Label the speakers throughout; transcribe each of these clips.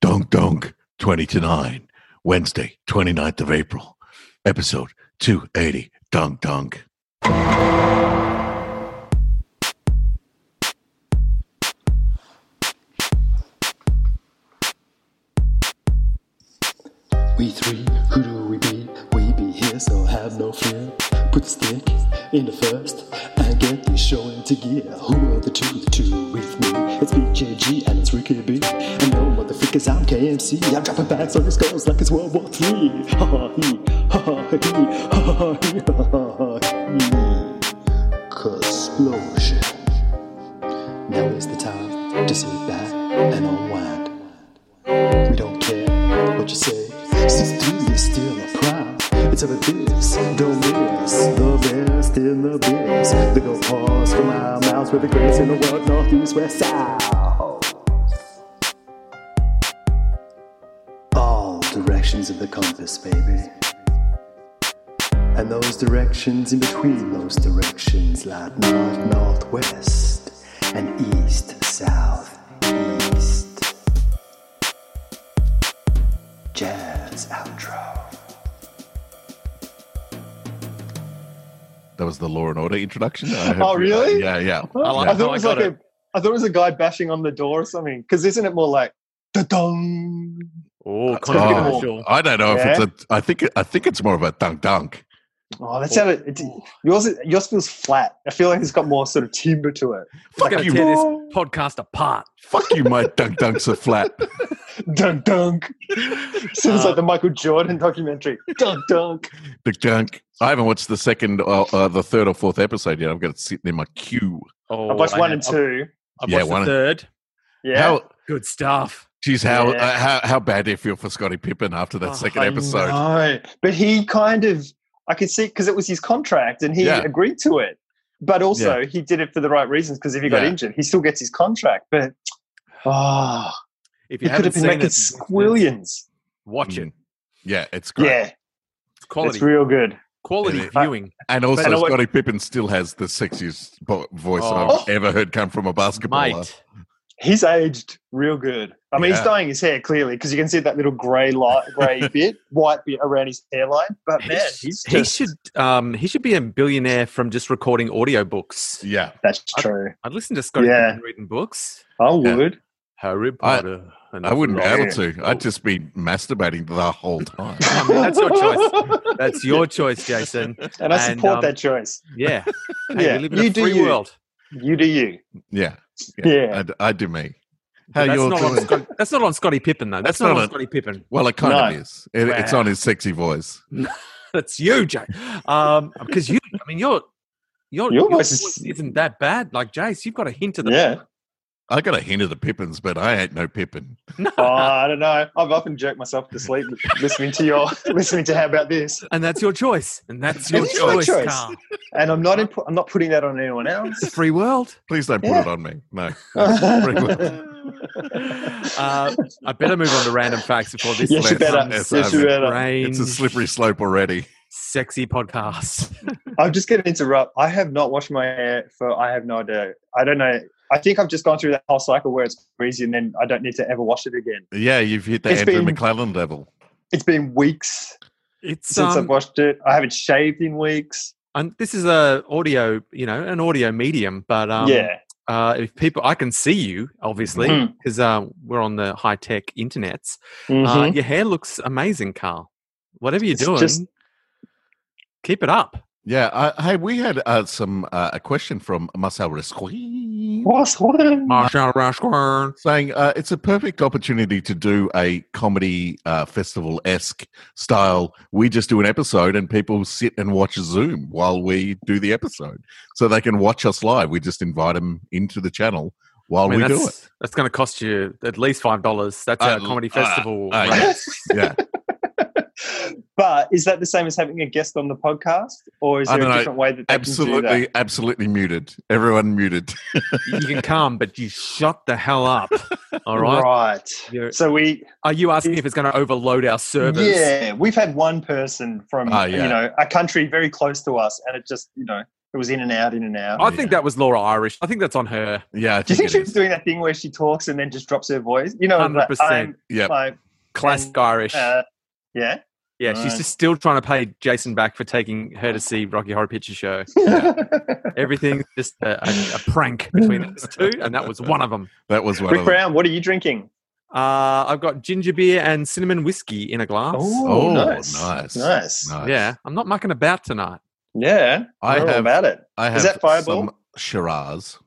Speaker 1: Donk Donk 20 to 9, Wednesday, 29th of April, episode 280. Donk Donk.
Speaker 2: We three, who do we be? We be here, so have no fear. Put the stick in the first and get this show into gear. Who are the two? The two with me. It's BKG and it's Ricky B. And no motherfuckers, I'm KMC. I'm dropping bags on your skulls like it's World War Three. Ha ha he, ha ha he, ha ha he, ha ha he. Coslosion. Now is the time to sit back and unwind. We don't care what you say. Since three is still a prime. It's up to this, don't miss. The best in the biz. They go pause for my mouth with the grace in the world, northeast, west, south. All directions of the compass, baby. And those directions in between those directions, like north, northwest, and east, south, east. Jazz outro.
Speaker 1: That was the Law and Order introduction. I hope
Speaker 3: Oh,
Speaker 1: you-
Speaker 3: really?
Speaker 1: yeah, yeah.
Speaker 4: Oh,
Speaker 3: I,
Speaker 1: like
Speaker 3: thought
Speaker 1: how
Speaker 3: it
Speaker 1: I
Speaker 3: was
Speaker 1: got
Speaker 3: like a, I thought it was a guy bashing on the door or something. Because isn't it more like da dong?
Speaker 4: Oh,
Speaker 1: That's
Speaker 3: gotta be more-
Speaker 4: controversial.
Speaker 1: I don't know if it's a. I think it- I think it's more of a dunk dunk.
Speaker 3: Oh, let's have it. It's, yours, yours feels flat. I feel like it's got more sort of timber to it.
Speaker 4: I'm
Speaker 1: Fuck
Speaker 4: going to
Speaker 1: you,
Speaker 4: tear this podcast apart.
Speaker 1: fuck you. My dunk dunks are flat.
Speaker 3: Dunk dunk. Sounds
Speaker 4: Uh,
Speaker 3: like the Michael Jordan documentary. Dunk dunk.
Speaker 1: The dunk. I haven't watched the second, uh, uh, the third or fourth episode yet. I've got it sitting in my queue.
Speaker 4: Oh,
Speaker 3: I watched
Speaker 4: I
Speaker 3: one
Speaker 4: have-
Speaker 3: and two.
Speaker 4: I've
Speaker 1: Yeah,
Speaker 4: watched
Speaker 1: one
Speaker 4: the
Speaker 1: and-
Speaker 4: third.
Speaker 3: Yeah.
Speaker 1: How,
Speaker 4: Good stuff.
Speaker 1: Geez, how
Speaker 3: Yeah.
Speaker 1: uh, how how bad do you feel for Scotty Pippen after that
Speaker 4: Oh,
Speaker 1: second
Speaker 4: I
Speaker 1: episode?
Speaker 3: No, but he kind of I could see because it was his contract and he
Speaker 1: Yeah.
Speaker 3: agreed to it. But also he did it for the right reasons because if he got
Speaker 1: Yeah.
Speaker 3: injured, he still gets his contract. But ah,
Speaker 4: If
Speaker 3: he
Speaker 4: you
Speaker 3: could
Speaker 4: haven't
Speaker 3: have been
Speaker 4: seen
Speaker 3: making
Speaker 4: it,
Speaker 3: squillions.
Speaker 4: watch it.
Speaker 1: Mm. Yeah, it's great.
Speaker 3: Yeah,
Speaker 4: It's quality,
Speaker 3: it's real good.
Speaker 4: quality
Speaker 1: It is.
Speaker 4: viewing.
Speaker 1: And also,
Speaker 3: But I know what-
Speaker 1: Scotty Pippen still has the sexiest bo- voice
Speaker 4: Oh.
Speaker 1: I've ever heard come from a basketballer.
Speaker 4: Mate,
Speaker 3: He's aged real good. I mean, he's
Speaker 1: Yeah.
Speaker 3: dyeing his hair clearly because you can see that little grey light, grey bit, white bit around his hairline. But
Speaker 4: he
Speaker 3: man,
Speaker 4: sh-
Speaker 3: he's
Speaker 4: he
Speaker 3: just-
Speaker 4: should um, he should be a billionaire from just recording audiobooks.
Speaker 1: Yeah,
Speaker 3: That's
Speaker 4: I-
Speaker 3: true.
Speaker 4: I'd listen to Scotty
Speaker 3: Yeah.
Speaker 4: Pippen reading books.
Speaker 3: I
Speaker 1: Yeah.
Speaker 3: would.
Speaker 4: Harry Potter. and
Speaker 1: I wouldn't be
Speaker 4: Rock.
Speaker 1: able to. I'd just be masturbating the whole time.
Speaker 4: I mean, that's your choice. That's your choice, Jason.
Speaker 3: and I
Speaker 4: And,
Speaker 3: support
Speaker 4: um,
Speaker 3: that choice.
Speaker 4: Yeah. Hey,
Speaker 3: Yeah,
Speaker 4: we live in
Speaker 3: you
Speaker 4: a
Speaker 3: do
Speaker 4: free
Speaker 3: you.
Speaker 4: world.
Speaker 3: You do you.
Speaker 1: Yeah,
Speaker 3: Yeah.
Speaker 1: I'd, i do me.
Speaker 4: But
Speaker 1: How
Speaker 4: that's,
Speaker 1: you
Speaker 4: not on
Speaker 1: doing?
Speaker 4: Scott, that's not on Scotty Pippen, though. That's,
Speaker 1: That's
Speaker 4: not,
Speaker 1: not
Speaker 4: on
Speaker 1: on-
Speaker 4: Scotty Pippen.
Speaker 1: Well, it kind of
Speaker 3: No.
Speaker 1: is. It, It's
Speaker 4: Wow.
Speaker 1: on his sexy voice.
Speaker 4: That's you, Jay. Um, because you, I mean, your your
Speaker 3: Your
Speaker 4: your
Speaker 3: voice is-
Speaker 4: voice isn't that bad. Like Jace, you've got a hint of the
Speaker 3: Yeah.
Speaker 1: I got a hint of the Pippins, but I ain't no Pippin.
Speaker 3: Oh, I don't know. I've often jerked myself to sleep listening to your listening to how about this,
Speaker 4: and that's your choice, and that's
Speaker 3: It
Speaker 4: your
Speaker 3: is my
Speaker 4: choice,
Speaker 3: choice.
Speaker 4: Carl.
Speaker 3: and I'm not imp- I'm not putting that on anyone
Speaker 4: It's a
Speaker 3: else.
Speaker 4: free world.
Speaker 1: Please don't put
Speaker 3: Yeah.
Speaker 1: it on me. No. Free will.
Speaker 3: yeah,
Speaker 4: Uh, I better move on to random facts before this.
Speaker 3: Yes, you
Speaker 4: becomes
Speaker 3: better.
Speaker 1: Yes,
Speaker 3: Yes, you
Speaker 1: I'm-
Speaker 3: better.
Speaker 4: strange,
Speaker 1: It's a slippery slope already.
Speaker 4: sexy podcast.
Speaker 3: I'm just going to interrupt. I have not washed my hair for I have no idea. I don't know. I think I've just gone through that whole cycle where it's greasy and then I don't need to ever wash it again.
Speaker 1: Yeah, you've hit the
Speaker 3: It's
Speaker 1: Andrew
Speaker 3: been-
Speaker 1: McClellan level.
Speaker 3: It's been weeks
Speaker 4: It's
Speaker 3: since I've
Speaker 4: um,
Speaker 3: washed it. I haven't shaved in weeks.
Speaker 4: and this is a audio, you know, an audio medium, but um,
Speaker 3: yeah,
Speaker 4: uh, if people, I can see you obviously
Speaker 3: Mhm.
Speaker 4: because uh, we're on the high tech internets. Uh,
Speaker 3: Mhm.
Speaker 4: your hair looks amazing, Carl. Whatever you're
Speaker 3: It's
Speaker 4: doing,
Speaker 3: just-
Speaker 4: keep it up.
Speaker 1: Yeah. Uh, hey, we had uh, some uh, a question from Marcel Resquin
Speaker 3: What's what?
Speaker 4: Marshall Rashburn.
Speaker 1: saying uh, it's a perfect opportunity to do a comedy uh, festival esque style. We just do an episode and people sit and watch Zoom while we do the episode, so they can watch us live. We just invite them into the channel while
Speaker 4: I mean,
Speaker 1: we
Speaker 4: that's,
Speaker 1: do it.
Speaker 4: That's going to cost you at least five dollars. That's
Speaker 1: Uh,
Speaker 4: a comedy
Speaker 1: uh,
Speaker 4: festival.
Speaker 1: uh,
Speaker 4: rate.
Speaker 1: Yeah,
Speaker 3: But is that the same as having a guest on the podcast, or is
Speaker 1: I
Speaker 3: there a
Speaker 1: don't know.
Speaker 3: different way that they Can do that?
Speaker 1: absolutely, absolutely muted. Everyone muted.
Speaker 4: you can come, but you shut the hell up. All right.
Speaker 3: Right.
Speaker 4: You're-
Speaker 3: So we,
Speaker 4: Are you asking if it's going to overload our servers?
Speaker 3: yeah, we've had one person from
Speaker 1: Ah,
Speaker 3: you
Speaker 1: yeah.
Speaker 3: know a country very close to us, and it just you know It was in and out, in and out.
Speaker 4: I think that was Laura Irish. I think that's on her.
Speaker 1: Yeah, I
Speaker 3: Do you
Speaker 1: think
Speaker 3: think
Speaker 1: it
Speaker 3: she was
Speaker 1: is.
Speaker 3: doing that thing where she talks and then just drops her voice? You know, like,
Speaker 4: 100%.
Speaker 3: I'm
Speaker 1: Yep.
Speaker 3: like,
Speaker 4: Classic Irish.
Speaker 3: uh, yeah.
Speaker 4: yeah, she's
Speaker 3: right.
Speaker 4: just still trying to pay Jason back for taking her to see Rocky Horror Picture Show. Everything's just a, a, a prank between those two, and that was one of them.
Speaker 1: That was one
Speaker 3: Rick
Speaker 1: of them.
Speaker 3: Brown, what are you drinking?
Speaker 4: Uh, I've got ginger beer and cinnamon whiskey in a glass.
Speaker 1: Oh,
Speaker 3: Ooh,
Speaker 1: nice.
Speaker 3: nice.
Speaker 1: Nice.
Speaker 4: Yeah, I'm not mucking about tonight.
Speaker 3: Yeah,
Speaker 1: I
Speaker 3: I all
Speaker 1: have,
Speaker 3: about it.
Speaker 1: I have
Speaker 3: Oh, Is that Fireball? Oh,
Speaker 1: some Shiraz.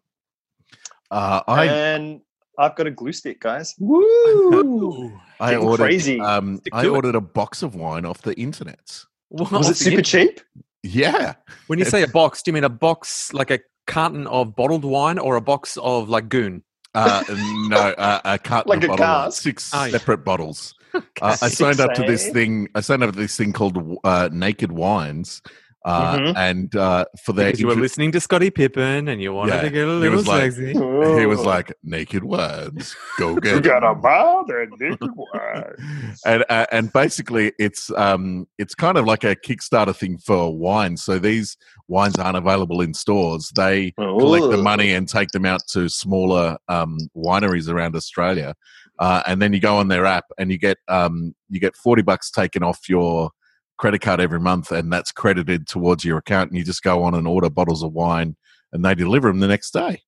Speaker 1: Uh, I
Speaker 3: and I've got a glue stick, guys. Woo!
Speaker 1: I
Speaker 3: getting
Speaker 1: ordered
Speaker 3: crazy.
Speaker 1: um
Speaker 4: Stick
Speaker 1: I
Speaker 4: to it.
Speaker 1: ordered a box of wine off the internet.
Speaker 3: Was
Speaker 4: What
Speaker 3: it
Speaker 4: off the
Speaker 3: super
Speaker 4: in-
Speaker 3: cheap?
Speaker 1: Yeah.
Speaker 4: When you say a box, do you mean a box like a carton of bottled wine or a box of lagoon?
Speaker 1: Uh, no, uh, a carton
Speaker 3: Like
Speaker 1: of
Speaker 3: a
Speaker 1: bottle wine.
Speaker 3: cask?
Speaker 1: six
Speaker 4: Oh, yeah.
Speaker 1: separate bottles. Uh, I
Speaker 3: Six,
Speaker 1: signed up to this
Speaker 3: eh?
Speaker 1: thing. I signed up to this thing called uh, Naked Wines, uh,
Speaker 3: Mhm.
Speaker 1: and uh, for their
Speaker 4: Because you were
Speaker 1: intro-
Speaker 4: listening to Scotty Pippen and you wanted
Speaker 1: Yeah,
Speaker 4: to get a
Speaker 1: he
Speaker 4: little
Speaker 1: was like-
Speaker 4: sexy.
Speaker 1: he was like Naked Wines, go
Speaker 3: "You
Speaker 1: get
Speaker 3: got a
Speaker 1: 'em."
Speaker 3: bother, dude. Why?"
Speaker 1: and uh, and basically it's um it's kind of like a Kickstarter thing for wine. So these wines aren't available in stores. They collect the
Speaker 3: Ooh.
Speaker 1: money and take them out to smaller um, wineries around Australia, uh, and then you go on their app and you get um, you get forty bucks taken off your credit card every month, and that's credited towards your account. And you just go on and order bottles of wine, and they deliver them the next day.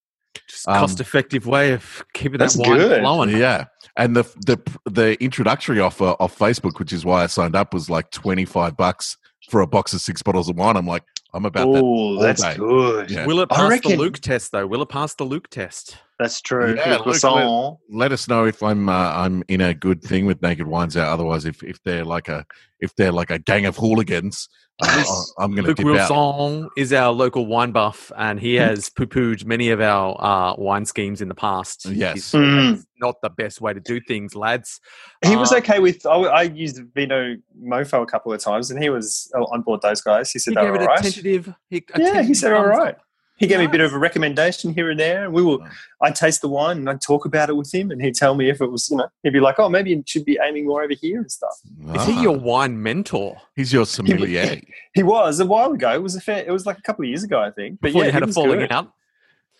Speaker 4: Just
Speaker 1: Um,
Speaker 4: cost effective way of keeping that
Speaker 3: That's
Speaker 4: wine
Speaker 3: good.
Speaker 4: flowing.
Speaker 1: Yeah, and the the the introductory offer off Facebook, which is why I signed up, was like twenty five bucks for a box of six bottles of wine. I'm like, I'm about that.
Speaker 3: Oh, that's
Speaker 1: day.
Speaker 3: good.
Speaker 1: Yeah.
Speaker 4: Will it
Speaker 3: I
Speaker 4: pass the
Speaker 3: reckon-
Speaker 4: Luke test though? Will it pass the Luke test?
Speaker 3: That's true.
Speaker 1: Yeah,
Speaker 3: Good
Speaker 1: look,
Speaker 3: croissant.
Speaker 1: Let us know if I'm uh, I'm in a good thing with Naked Wines out. Otherwise, if, if they're like a if they're like a gang of hooligans, uh,
Speaker 3: Yes.
Speaker 1: I'm going to
Speaker 4: Luke
Speaker 1: dip out. Hmm.
Speaker 4: Wilson is our local wine buff, and he has poo pooed many of our uh, wine schemes in the past.
Speaker 1: Yes.
Speaker 4: He's-
Speaker 3: Mm.
Speaker 4: that's Not the best way to do things, lads.
Speaker 3: He was
Speaker 4: Uh,
Speaker 3: okay with. I, I used Vino Mofo a couple of times, and he was uh, on board those guys. He said
Speaker 4: He
Speaker 3: they
Speaker 4: gave
Speaker 3: were
Speaker 4: it
Speaker 3: all
Speaker 4: a
Speaker 3: right.
Speaker 4: tentative. He, a
Speaker 3: yeah, he
Speaker 4: tentative
Speaker 3: said all
Speaker 4: thumbs up.
Speaker 3: right. He gave me a bit
Speaker 4: Nice.
Speaker 3: of a recommendation here and there, and we will.
Speaker 1: Oh.
Speaker 3: I taste the wine and I talk about it with him, and he'd tell me if it was, you know, he'd be like, "Oh, maybe you should be aiming more over here and stuff."
Speaker 4: Is he
Speaker 1: Ah,
Speaker 4: your wine mentor?
Speaker 1: He's your sommelier.
Speaker 3: He was a while ago. It was a fair. It was like a couple of years ago, I think. But
Speaker 4: Before
Speaker 3: yeah,
Speaker 4: you had
Speaker 3: he
Speaker 4: a
Speaker 3: was
Speaker 4: falling
Speaker 3: good.
Speaker 4: out?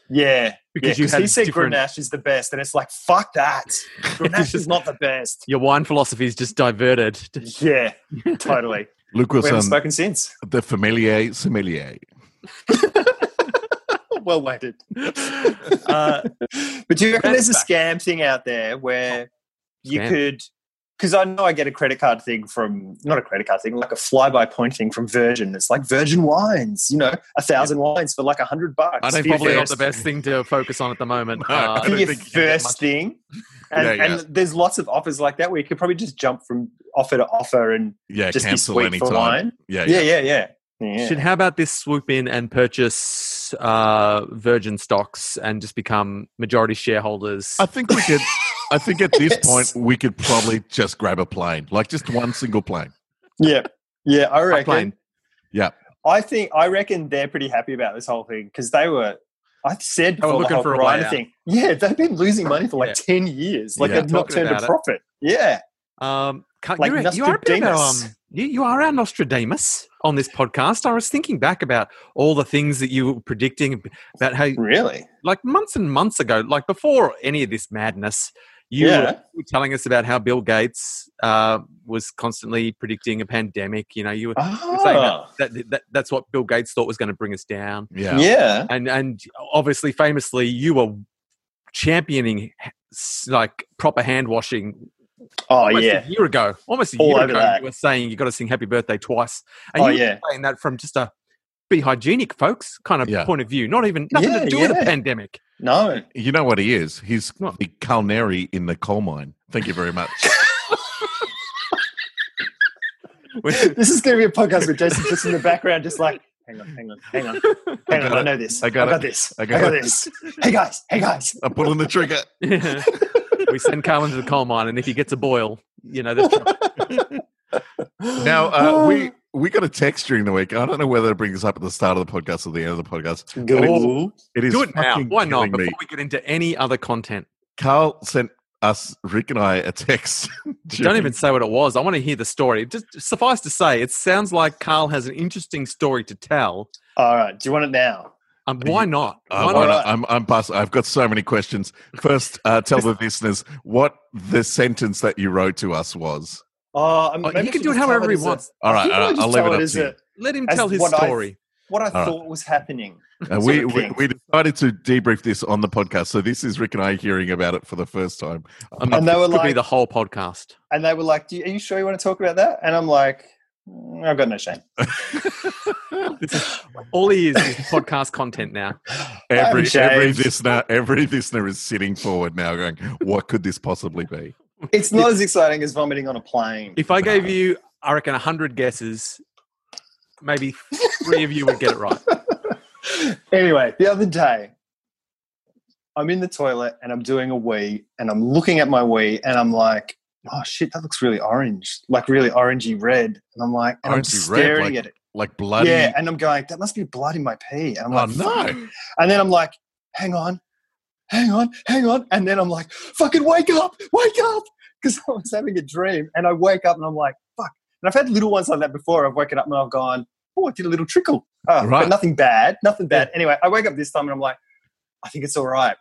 Speaker 3: Yeah,
Speaker 4: Because
Speaker 3: because yeah,
Speaker 4: you had
Speaker 3: he said
Speaker 4: different-
Speaker 3: Grenache is the best, and it's like fuck that. Grenache is not the best.
Speaker 4: Your wine philosophy is just diverted.
Speaker 3: Yeah, um, totally.
Speaker 1: Luke
Speaker 3: we haven't
Speaker 1: Wilson,
Speaker 3: spoken since.
Speaker 1: the familiar sommelier.
Speaker 3: Well waited.
Speaker 4: Uh,
Speaker 3: But do you reckon
Speaker 4: That's
Speaker 3: there's a scam thing out there where you
Speaker 4: Scam.
Speaker 3: could? Because I know I get a credit card thing from not a credit card thing, like a fly-by point thing from Virgin. It's like Virgin wines, you know, a thousand wines for like a hundred bucks.
Speaker 1: I don't
Speaker 3: for your
Speaker 4: probably not
Speaker 3: first-
Speaker 4: the best thing to focus on at the moment.
Speaker 1: No,
Speaker 4: Uh,
Speaker 1: I
Speaker 3: for
Speaker 1: don't
Speaker 3: your
Speaker 1: think you can get
Speaker 3: first thing. And,
Speaker 1: Yeah, yeah.
Speaker 3: and there's lots of offers like that where you could probably just jump from offer to offer and
Speaker 1: Yeah,
Speaker 3: just be
Speaker 1: cancel
Speaker 3: sweet
Speaker 1: any
Speaker 3: for
Speaker 1: time.
Speaker 3: wine.
Speaker 1: Yeah,
Speaker 3: Yeah, yeah, yeah. yeah.
Speaker 4: Should how about this swoop in and purchase uh, Virgin stocks and just become majority shareholders?
Speaker 1: I think we could. I think at this
Speaker 3: Yes.
Speaker 1: point we could probably just grab a plane, like just one single plane.
Speaker 3: yeah, yeah. I reckon.
Speaker 4: plane.
Speaker 1: Yeah.
Speaker 3: I think I reckon they're pretty happy about this whole thing because they were. I said
Speaker 4: They
Speaker 3: before
Speaker 4: were
Speaker 3: the
Speaker 4: looking
Speaker 3: whole
Speaker 4: for a way
Speaker 3: Ryder
Speaker 4: out.
Speaker 3: thing. Yeah, they've been losing money for like
Speaker 4: Yeah.
Speaker 3: ten years. Like
Speaker 1: Yeah.
Speaker 3: they've not
Speaker 4: Talking
Speaker 3: turned a
Speaker 4: about it.
Speaker 3: profit. Yeah,
Speaker 4: Um, can't,
Speaker 3: Like
Speaker 4: you're, you are a bit of a, um,
Speaker 3: Nostradamus.
Speaker 4: you, you are our Nostradamus on this podcast. I was thinking back about all the things that you were predicting about how,
Speaker 3: really.
Speaker 4: like months and months ago, like before any of this madness, you
Speaker 3: Yeah.
Speaker 4: were telling us about how Bill Gates uh, was constantly predicting a pandemic. You know, you were saying
Speaker 3: Ah,
Speaker 4: that, that that's what Bill Gates thought was going to bring us down.
Speaker 1: Yeah,
Speaker 3: yeah.
Speaker 4: and and obviously famously you were championing s- like proper hand washing
Speaker 3: Oh
Speaker 4: almost
Speaker 3: yeah.
Speaker 4: a year ago almost a
Speaker 3: All
Speaker 4: year
Speaker 3: over
Speaker 4: ago
Speaker 3: that.
Speaker 4: you were saying you got to sing happy birthday twice and
Speaker 3: Oh
Speaker 4: you were
Speaker 3: yeah.
Speaker 4: saying that from just a be hygienic folks kind of
Speaker 1: Yeah.
Speaker 4: point of view not even nothing
Speaker 3: Yeah,
Speaker 4: to do with the
Speaker 3: yeah.
Speaker 4: pandemic
Speaker 3: No.
Speaker 1: You know what he is? He's
Speaker 4: What?
Speaker 1: the culinary in the coal mine. Thank you very much.
Speaker 4: When-
Speaker 3: this is going to be a podcast with Jason just in the background, just like, hang on, hang on, hang on,
Speaker 1: I
Speaker 3: hang
Speaker 1: got
Speaker 3: on. I
Speaker 1: it.
Speaker 3: know this.
Speaker 1: I
Speaker 3: I
Speaker 1: got
Speaker 3: got,
Speaker 1: it.
Speaker 3: this.
Speaker 1: I
Speaker 3: I
Speaker 1: got
Speaker 3: got,
Speaker 1: it.
Speaker 3: this. Hey guys, hey guys.
Speaker 1: I'm pulling the trigger.
Speaker 4: we send Carmen to the coal mine and if he gets a boil you know that's
Speaker 1: Now
Speaker 3: Ah.
Speaker 1: uh, we
Speaker 3: Oh.
Speaker 1: we got a text during the week. I don't know whether to bring this up at the start of the podcast or the end of the podcast.
Speaker 3: Go.
Speaker 1: It is
Speaker 4: do it now
Speaker 1: fucking
Speaker 4: why not
Speaker 1: killing
Speaker 4: before
Speaker 1: me.
Speaker 4: we get into any other content
Speaker 1: Carl sent us, Rick and I, a text.
Speaker 4: Don't
Speaker 1: during-
Speaker 4: even say what it was. I want to hear the story. Just suffice to say, it sounds like Carl has an interesting story to tell.
Speaker 3: All right. Do you want it now?
Speaker 4: Um, why not?
Speaker 1: Uh,
Speaker 4: Why
Speaker 1: why
Speaker 4: not?
Speaker 1: not? I'm, I'm bust. I've got so many questions. First, uh, tell the listeners what the sentence that you wrote to us was.
Speaker 3: Uh, I'm-
Speaker 4: Oh,
Speaker 3: maybe
Speaker 4: he can
Speaker 3: we
Speaker 4: do
Speaker 3: should
Speaker 4: it
Speaker 3: just tell
Speaker 4: however he
Speaker 3: as a-
Speaker 4: wants.
Speaker 1: All right,
Speaker 3: I think I'll
Speaker 1: uh,
Speaker 3: just
Speaker 1: I'll leave
Speaker 3: tell
Speaker 1: it up
Speaker 3: as
Speaker 1: to you.
Speaker 3: a-
Speaker 4: Let him
Speaker 3: As
Speaker 4: tell his
Speaker 3: what I-
Speaker 4: story.
Speaker 3: What I
Speaker 1: All right.
Speaker 3: thought was happening.
Speaker 1: Uh,
Speaker 3: sort
Speaker 1: we,
Speaker 3: of
Speaker 1: we
Speaker 3: thing.
Speaker 1: we decided to debrief this on the podcast, so this is Rick and I hearing about it for the first time.
Speaker 4: I mean,
Speaker 3: And they were
Speaker 4: Um, this could be
Speaker 3: like-
Speaker 4: the whole podcast.
Speaker 3: And they were like, do you, Are you sure you want to talk about that? And I'm like, "Mm, I've got no shame.
Speaker 4: All he is is podcast content now.
Speaker 1: Every
Speaker 3: I'm
Speaker 1: every
Speaker 3: James.
Speaker 1: listener, every listener is sitting forward now, going, "What could this possibly be?"
Speaker 3: It's not as exciting as vomiting on a plane.
Speaker 4: If I gave you, I reckon, 100 guesses, maybe three of you would get it right.
Speaker 3: anyway, the other day, I'm in the toilet and I'm doing a wee and I'm looking at my wee and I'm like, oh shit, that looks really orange, like really orangey red. And I'm like, and I'm just
Speaker 1: Orangey red,
Speaker 3: staring
Speaker 1: like
Speaker 3: at it.
Speaker 1: Like bloody.
Speaker 3: Yeah, and I'm going, that must be blood in my pee. And I'm
Speaker 1: oh
Speaker 3: like,
Speaker 1: no!
Speaker 3: And then I'm like, hang on, hang on, hang on. And then I'm like, fucking wake up, wake up. Because I was having a dream. And I wake up and I'm like, fuck. And I've had little ones like that before. I've woken up and I've gone, oh, I did a little trickle. Oh,
Speaker 1: Right.
Speaker 3: But nothing bad, nothing bad. Anyway, I wake up this time and I'm like, I think it's all right.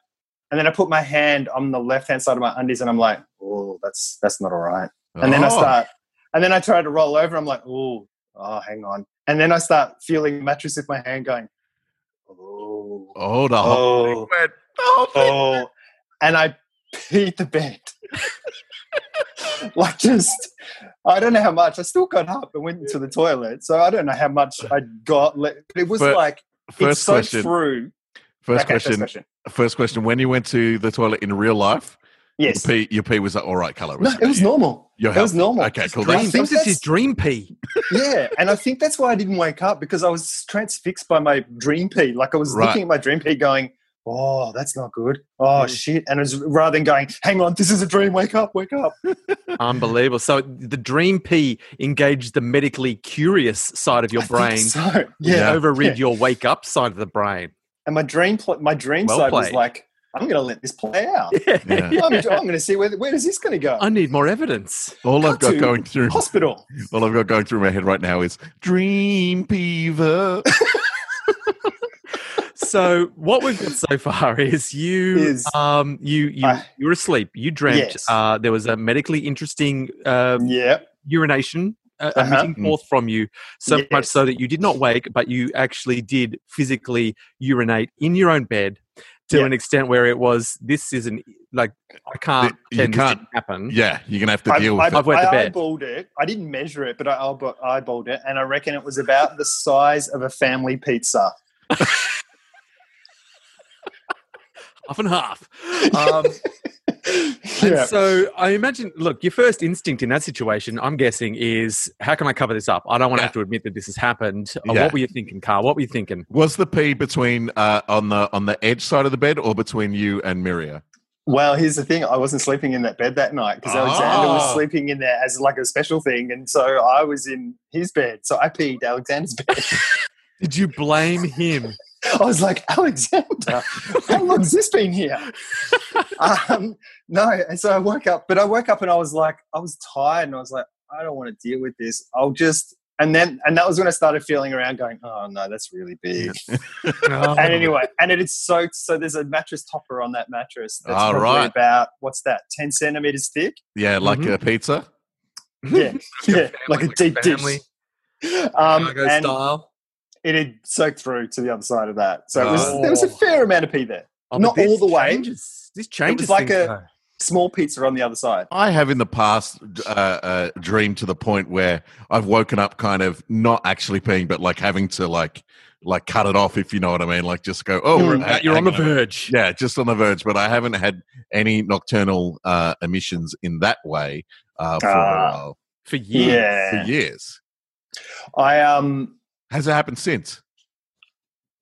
Speaker 3: And then I put my hand on the left hand side of my undies and I'm like, oh, that's that's not all right. And then I
Speaker 1: Oh,
Speaker 3: start, and then I try to roll over. I'm like, oh, oh, hang on. And then I start feeling the mattress with my hand going, oh,
Speaker 1: Oh, the whole
Speaker 3: oh,
Speaker 1: thing went- the whole thing
Speaker 3: oh, and I peed the bed. like just, I don't know how much. I still got up and went to the toilet, so I don't know how much I got. Let, but it was
Speaker 1: But
Speaker 3: like it's
Speaker 1: First
Speaker 3: so
Speaker 1: question.
Speaker 3: through.
Speaker 1: First
Speaker 3: Okay,
Speaker 1: question. First question. When you went to the toilet in real life,
Speaker 3: Yes.
Speaker 1: your pee, your pee was all right color.
Speaker 3: No, it was normal.
Speaker 1: Your
Speaker 3: It was
Speaker 1: health.
Speaker 3: normal.
Speaker 1: Okay, cool.
Speaker 3: I
Speaker 4: Dream,
Speaker 1: That's,
Speaker 3: think
Speaker 4: this is his
Speaker 3: that's-
Speaker 4: dream pee.
Speaker 3: yeah, and I think that's why I didn't wake up because I was transfixed by my dream pee. Like I was
Speaker 1: Right.
Speaker 3: looking at my dream pee, going, "Oh, that's not good. Oh
Speaker 4: Mm.
Speaker 3: shit!" And it was rather than going, "Hang on, this is a dream. Wake up, wake up."
Speaker 4: Unbelievable. So the dream pee engaged the medically curious side of your
Speaker 3: I think
Speaker 4: brain
Speaker 3: So yeah,
Speaker 4: and overrid
Speaker 3: yeah.
Speaker 4: your wake up side of the brain.
Speaker 3: And my dream, pl- my dream
Speaker 4: Well
Speaker 3: side was
Speaker 4: played.
Speaker 3: like, "I'm going to let this play out.
Speaker 1: Yeah.
Speaker 3: I'm, I'm going to see where where is this going to go?
Speaker 4: I need more evidence.
Speaker 1: all I've got
Speaker 3: to-
Speaker 1: going through
Speaker 3: Hospital."
Speaker 1: all I've got going through my head right now is dream peaver.
Speaker 4: So what we've got so far is you
Speaker 3: Is-
Speaker 4: um you you
Speaker 3: I-
Speaker 4: you were asleep. You dreamt
Speaker 3: Yes.
Speaker 4: uh, there was a medically interesting um,
Speaker 3: Yeah,
Speaker 4: urination uh,
Speaker 3: Uh-huh.
Speaker 4: emitting forth from you, so much
Speaker 3: Yes.
Speaker 4: so that you did not wake, but you actually did physically urinate in your own bed to
Speaker 3: Yeah.
Speaker 4: an extent where it was this is an like I can't
Speaker 1: You
Speaker 4: pretend this
Speaker 1: can't-
Speaker 4: didn't happen.
Speaker 1: yeah, you're gonna have to
Speaker 3: I,
Speaker 1: deal
Speaker 3: I,
Speaker 1: with
Speaker 4: I've
Speaker 1: it.
Speaker 4: wet the
Speaker 3: I
Speaker 4: bed.
Speaker 3: eyeballed it. I didn't measure it, but I eyeball- eyeballed it, and I reckon it was about the size of a family pizza.
Speaker 4: half and half. Um, and so I imagine, look, your first instinct in that situation, I'm guessing, is how can I cover this up? I don't want to
Speaker 1: Yeah.
Speaker 4: have to admit that this has happened. Uh,
Speaker 1: Yeah.
Speaker 4: What were you thinking, Carl? What were you thinking?
Speaker 1: Was the pee between uh, on the on the edge side of the bed or between you and Miria?
Speaker 3: Well, here's the thing. I wasn't sleeping in that bed that night because Alexander
Speaker 1: Ah.
Speaker 3: was sleeping in there as like a special thing. And so I was in his bed. So I peed Alexander's bed.
Speaker 4: Did you blame him?
Speaker 3: I was like, Alexander, how long's this been here? um, no. And so I woke up, but I woke up and I was like, I was tired and I was like, I don't want to deal with this. I'll just. And then, and that was when I started feeling around going, oh no, that's really big.
Speaker 4: Oh.
Speaker 3: And anyway, and it is soaked. So there's a mattress topper on that mattress. That's
Speaker 1: All
Speaker 3: probably
Speaker 1: right.
Speaker 3: about, what's that, 10 centimeters thick?
Speaker 1: Yeah, like
Speaker 3: Mm-hmm.
Speaker 4: Mhm.
Speaker 1: a pizza.
Speaker 3: yeah, yeah, like a
Speaker 4: like a
Speaker 3: deep dish.
Speaker 4: family,
Speaker 3: Um,
Speaker 4: Chicago
Speaker 3: and
Speaker 4: style.
Speaker 3: it had soaked through to the other side of that, so it was,
Speaker 4: Oh.
Speaker 3: there was a fair amount of pee there.
Speaker 4: Oh, but
Speaker 3: not
Speaker 4: this
Speaker 3: all the way.
Speaker 4: Changes, this changes.
Speaker 3: like
Speaker 4: things,
Speaker 3: a-
Speaker 4: though.
Speaker 3: Small pizza on the other side.
Speaker 1: I have in the past uh, uh, dreamed to the point where I've woken up kind of not actually peeing, but like having to like like cut it off if you know what I mean. Like just go, oh,
Speaker 3: Mm.
Speaker 1: hang-
Speaker 4: you're on the
Speaker 1: hang
Speaker 4: verge.
Speaker 1: Yeah, just on the verge. But I haven't had any nocturnal uh, emissions in that way uh, for
Speaker 3: Ah.
Speaker 1: a while,
Speaker 4: for years.
Speaker 1: for years.
Speaker 3: I um
Speaker 1: Has it happened since?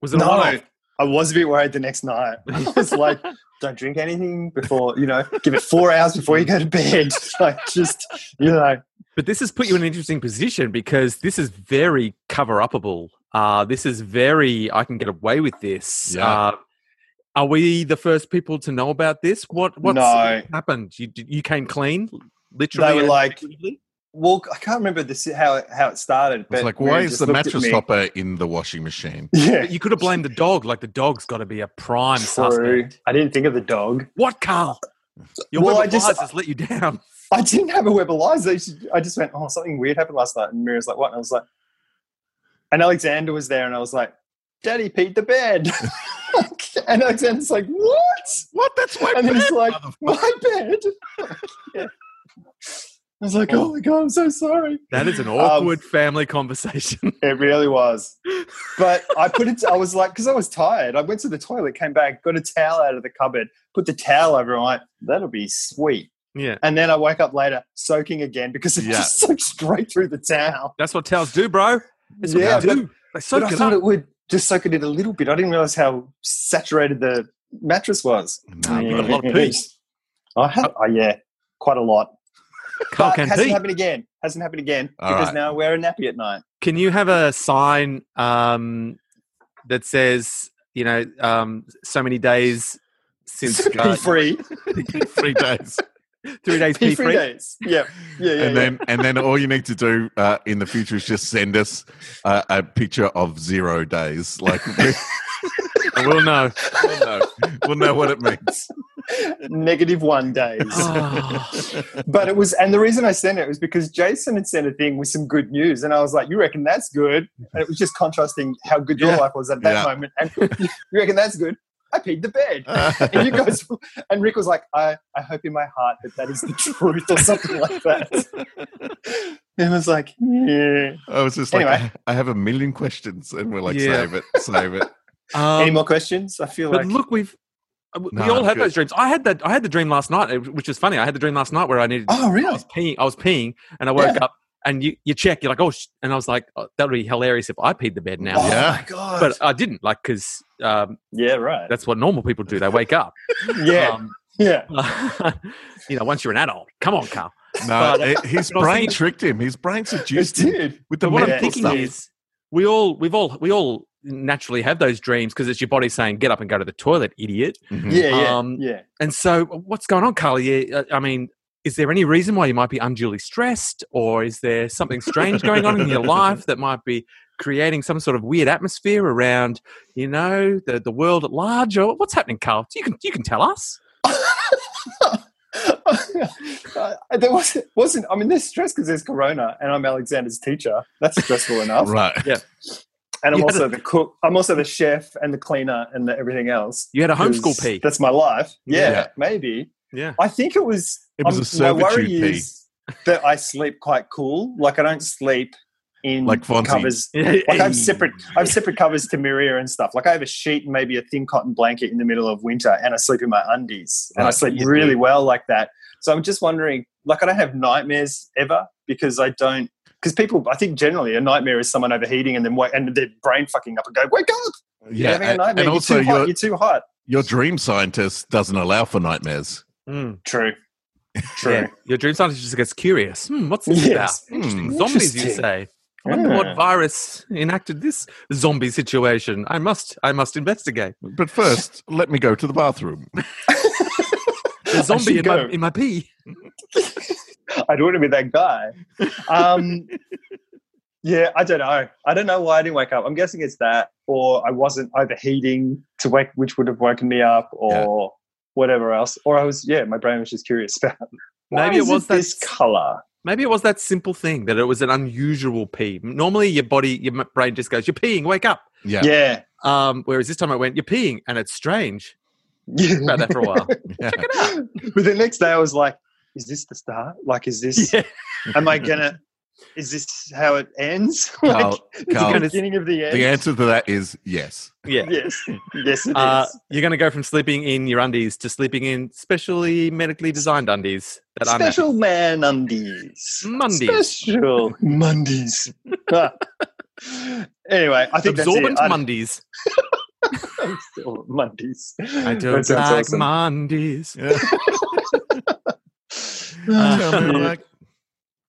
Speaker 4: Was it
Speaker 3: no,
Speaker 4: a one-off?
Speaker 3: I was a bit worried the next night. I was like, don't drink anything before you know, give it four hours before you go to bed. like just you know,
Speaker 4: But this has put you in an interesting position because this is very cover upable. Uh, this is very, I can get away with this.
Speaker 1: Yeah.
Speaker 4: Uh, Are we the first people to know about this? What what's
Speaker 3: No.
Speaker 4: happened? You you came clean, literally.
Speaker 3: They were
Speaker 4: and
Speaker 3: like-
Speaker 4: figuratively?
Speaker 3: Well, I can't remember this how it, how it started. But
Speaker 1: It's like,
Speaker 3: Mary
Speaker 1: why is
Speaker 3: just
Speaker 1: the
Speaker 3: looked at
Speaker 1: mattress
Speaker 3: me.
Speaker 1: topper in the washing machine?
Speaker 3: Yeah,
Speaker 4: But you could have blamed the dog. Like the dog's got to be a prime
Speaker 3: true.
Speaker 4: suspect.
Speaker 3: I didn't think of the dog.
Speaker 4: What, Carl? Your
Speaker 3: Well,
Speaker 4: well,
Speaker 3: I just-
Speaker 4: has let you down.
Speaker 3: I didn't have a weaponizer. I just went, oh, something weird happened last night. And Mira's like, what? And I was like, and Alexander was there, and I was like, Daddy peed the bed. and Alexander's like, what?
Speaker 1: What? That's my
Speaker 3: And then
Speaker 1: bed,
Speaker 3: he's like,
Speaker 1: motherfucker.
Speaker 3: my bed. Yeah. I was like, oh my god, I'm so sorry.
Speaker 4: That is an
Speaker 3: Um,
Speaker 4: awkward family conversation.
Speaker 3: It really was. But I put it, I was like, because I was tired. I went to the toilet, came back, got a towel out of the cupboard, put the towel over, and I'm like, that'll be sweet.
Speaker 4: yeah,
Speaker 3: And then I woke up later soaking again because it
Speaker 1: Yeah.
Speaker 3: just soaked straight through the towel.
Speaker 4: that's what towels do, bro. That's
Speaker 3: Yeah,
Speaker 4: what they
Speaker 3: but-
Speaker 4: do. They
Speaker 3: But
Speaker 4: soak
Speaker 3: I
Speaker 4: it
Speaker 3: thought
Speaker 4: up.
Speaker 3: it would just soak it in a little bit. I didn't realize how saturated the mattress was.
Speaker 1: No,
Speaker 4: you
Speaker 1: but
Speaker 4: got a lot of Uh, peas.
Speaker 3: I had, oh, yeah, quite a lot.
Speaker 4: Carl
Speaker 3: But
Speaker 4: can
Speaker 3: hasn't
Speaker 4: pee.
Speaker 3: happened again. Hasn't happened again
Speaker 1: All
Speaker 3: because
Speaker 1: right.
Speaker 3: now I wear a nappy at night.
Speaker 4: Can you have a sign um, that says, you know, um, so many days since uh,
Speaker 3: Pee free.
Speaker 1: three days.
Speaker 4: three days
Speaker 3: Pee
Speaker 4: pee
Speaker 3: free
Speaker 4: free?
Speaker 3: days. Yeah. Yeah. Yeah.
Speaker 1: and
Speaker 3: yeah.
Speaker 1: then and then all you need to do uh, in the future is just send us uh, a picture of zero days. Like we-
Speaker 4: I will know.
Speaker 1: we'll know, we'll know what it means.
Speaker 3: negative one days.
Speaker 4: Oh.
Speaker 3: but it was, and the reason I sent it was because Jason had sent a thing with some good news, and I was like, "You reckon that's good?" And it was just contrasting how good your
Speaker 4: Yeah.
Speaker 3: life was at that
Speaker 1: Yeah.
Speaker 3: moment. And you reckon that's good? I peed the bed. And you guys, and Rick was like, I, I hope in my heart that that is the truth or something like that. And I was like, yeah.
Speaker 1: I was just like,
Speaker 3: Anyway.
Speaker 1: I, I have a million questions, and we're like,
Speaker 4: Yeah.
Speaker 1: save it, save it.
Speaker 4: Um,
Speaker 3: Any more questions? I feel
Speaker 4: but
Speaker 3: like
Speaker 4: look, we've. uh, We
Speaker 1: No,
Speaker 4: all
Speaker 1: I'm
Speaker 4: had
Speaker 1: good.
Speaker 4: those dreams. I had that. I had the dream last night, uh, which was funny. I had the dream last night where I needed.
Speaker 3: oh
Speaker 4: I
Speaker 3: really?
Speaker 4: was peeing. I was peeing, and I woke
Speaker 3: Yeah.
Speaker 4: up, and you, you check. You're like, oh, sh-, and I was like, oh, that would be hilarious if I peed the bed now.
Speaker 3: Oh
Speaker 1: Yeah.
Speaker 3: my god!
Speaker 4: But I didn't, like, because um,
Speaker 3: yeah, right.
Speaker 4: that's what normal people do. They wake up.
Speaker 3: yeah,
Speaker 4: Um,
Speaker 3: yeah.
Speaker 4: you know, once you're an adult, come on, Carl.
Speaker 1: No,
Speaker 4: But-
Speaker 1: it- his
Speaker 4: but I
Speaker 1: brain
Speaker 4: was thinking-
Speaker 1: tricked him. His brain
Speaker 3: It
Speaker 1: seduced him
Speaker 3: did.
Speaker 1: with the
Speaker 4: But what
Speaker 3: Yeah.
Speaker 4: I'm
Speaker 1: mental
Speaker 4: thinking
Speaker 1: stuff.
Speaker 4: is, we all, we've all, we all naturally have those dreams because it's your body saying, "Get up and go to the toilet, idiot."
Speaker 1: Mhm.
Speaker 3: Yeah, yeah,
Speaker 4: Um,
Speaker 3: yeah.
Speaker 4: And so, what's going on, Carl? Yeah, I mean, is there any reason why you might be unduly stressed, or is there something strange going on in your life that might be creating some sort of weird atmosphere around, you know, the, the world at large? Or what's happening, Carl? You can you can tell us.
Speaker 3: Uh, there wasn't, wasn't. I mean, there's stress because there's corona, and I'm Alexander's teacher. That's stressful enough.
Speaker 1: Right.
Speaker 3: And I'm
Speaker 4: You had
Speaker 3: also the cook. I'm also the chef and the cleaner and the everything else.
Speaker 4: You had a homeschool
Speaker 3: 'cause
Speaker 4: pee.
Speaker 3: That's my life. Yeah,
Speaker 1: Yeah.
Speaker 3: maybe.
Speaker 4: Yeah.
Speaker 3: I think it was.
Speaker 1: It was
Speaker 3: I'm-
Speaker 1: a servitude
Speaker 3: My worry
Speaker 1: pee.
Speaker 3: is that I sleep quite cool. Like I don't sleep in
Speaker 1: Like Fonzie.
Speaker 3: covers. Like I'm separate. I have separate covers to Miria and stuff. Like I have a sheet and maybe a thin cotton blanket in the middle of winter, and I sleep in my undies, and I
Speaker 1: Right.
Speaker 3: sleep
Speaker 1: Yeah.
Speaker 3: really well like that. So I'm just wondering, like I don't have nightmares ever because I don't. Because people, I think generally a nightmare is someone overheating and then wait, and their brain fucking up and go, wake up! You're
Speaker 1: Yeah,
Speaker 3: having a
Speaker 1: and,
Speaker 3: nightmare.
Speaker 1: and
Speaker 3: you're
Speaker 1: also
Speaker 3: too hot.
Speaker 1: your
Speaker 3: You're too hot.
Speaker 1: your dream scientist doesn't allow for nightmares.
Speaker 4: Mm,
Speaker 3: True. True.
Speaker 4: yeah. Your dream scientist just gets curious. Hmm, what's this about?
Speaker 3: Yes.
Speaker 1: Hmm.
Speaker 4: Zombies, you
Speaker 3: Interesting.
Speaker 4: say? I wonder
Speaker 3: Yeah.
Speaker 4: what virus enacted this zombie situation. I must, I must investigate.
Speaker 1: Hmm. But first, let me go to the bathroom.
Speaker 4: The zombie in
Speaker 3: should
Speaker 4: my,
Speaker 3: go.
Speaker 4: in my pee.
Speaker 3: I don't want to be that guy. Um, yeah, I don't know. I don't know why I didn't wake up. I'm guessing it's that, or I wasn't overheating to wake, which would have woken me up, or whatever else. Or I was, yeah, my brain was just curious about. why
Speaker 4: Maybe it
Speaker 3: is
Speaker 4: was that
Speaker 3: this color.
Speaker 4: Maybe it was that simple thing that it was an unusual pee. Normally, your body, your m- brain just goes, "You're peeing, wake up."
Speaker 1: Yeah.
Speaker 3: Yeah, yeah.
Speaker 4: Um, whereas this time, it went, "You're peeing," and it's strange. Think About that for a while.
Speaker 1: yeah.
Speaker 3: but the next day, I was like, "Is this the start? Like, is this?
Speaker 4: yeah.
Speaker 3: Am I gonna? Is this how it ends? like,
Speaker 1: Carl,
Speaker 3: is it
Speaker 1: Carl,
Speaker 3: the beginning of the end?
Speaker 1: The answer to that is yes.
Speaker 4: yeah.
Speaker 3: Yes, yes, it is.
Speaker 4: Uh, you're going to go from sleeping in your undies to sleeping in specially medically designed undies that are natural.
Speaker 3: Special man undies.
Speaker 4: Mundies.
Speaker 3: Special Mundies. Ah. anyway, I think
Speaker 4: absorbent
Speaker 3: that's it.
Speaker 4: mundies.
Speaker 3: I- Absorbent Mundies.
Speaker 4: I
Speaker 3: That
Speaker 4: don't
Speaker 3: sounds awesome.
Speaker 4: like mundies.
Speaker 1: Yeah.
Speaker 4: Uh,
Speaker 1: Tell me, like,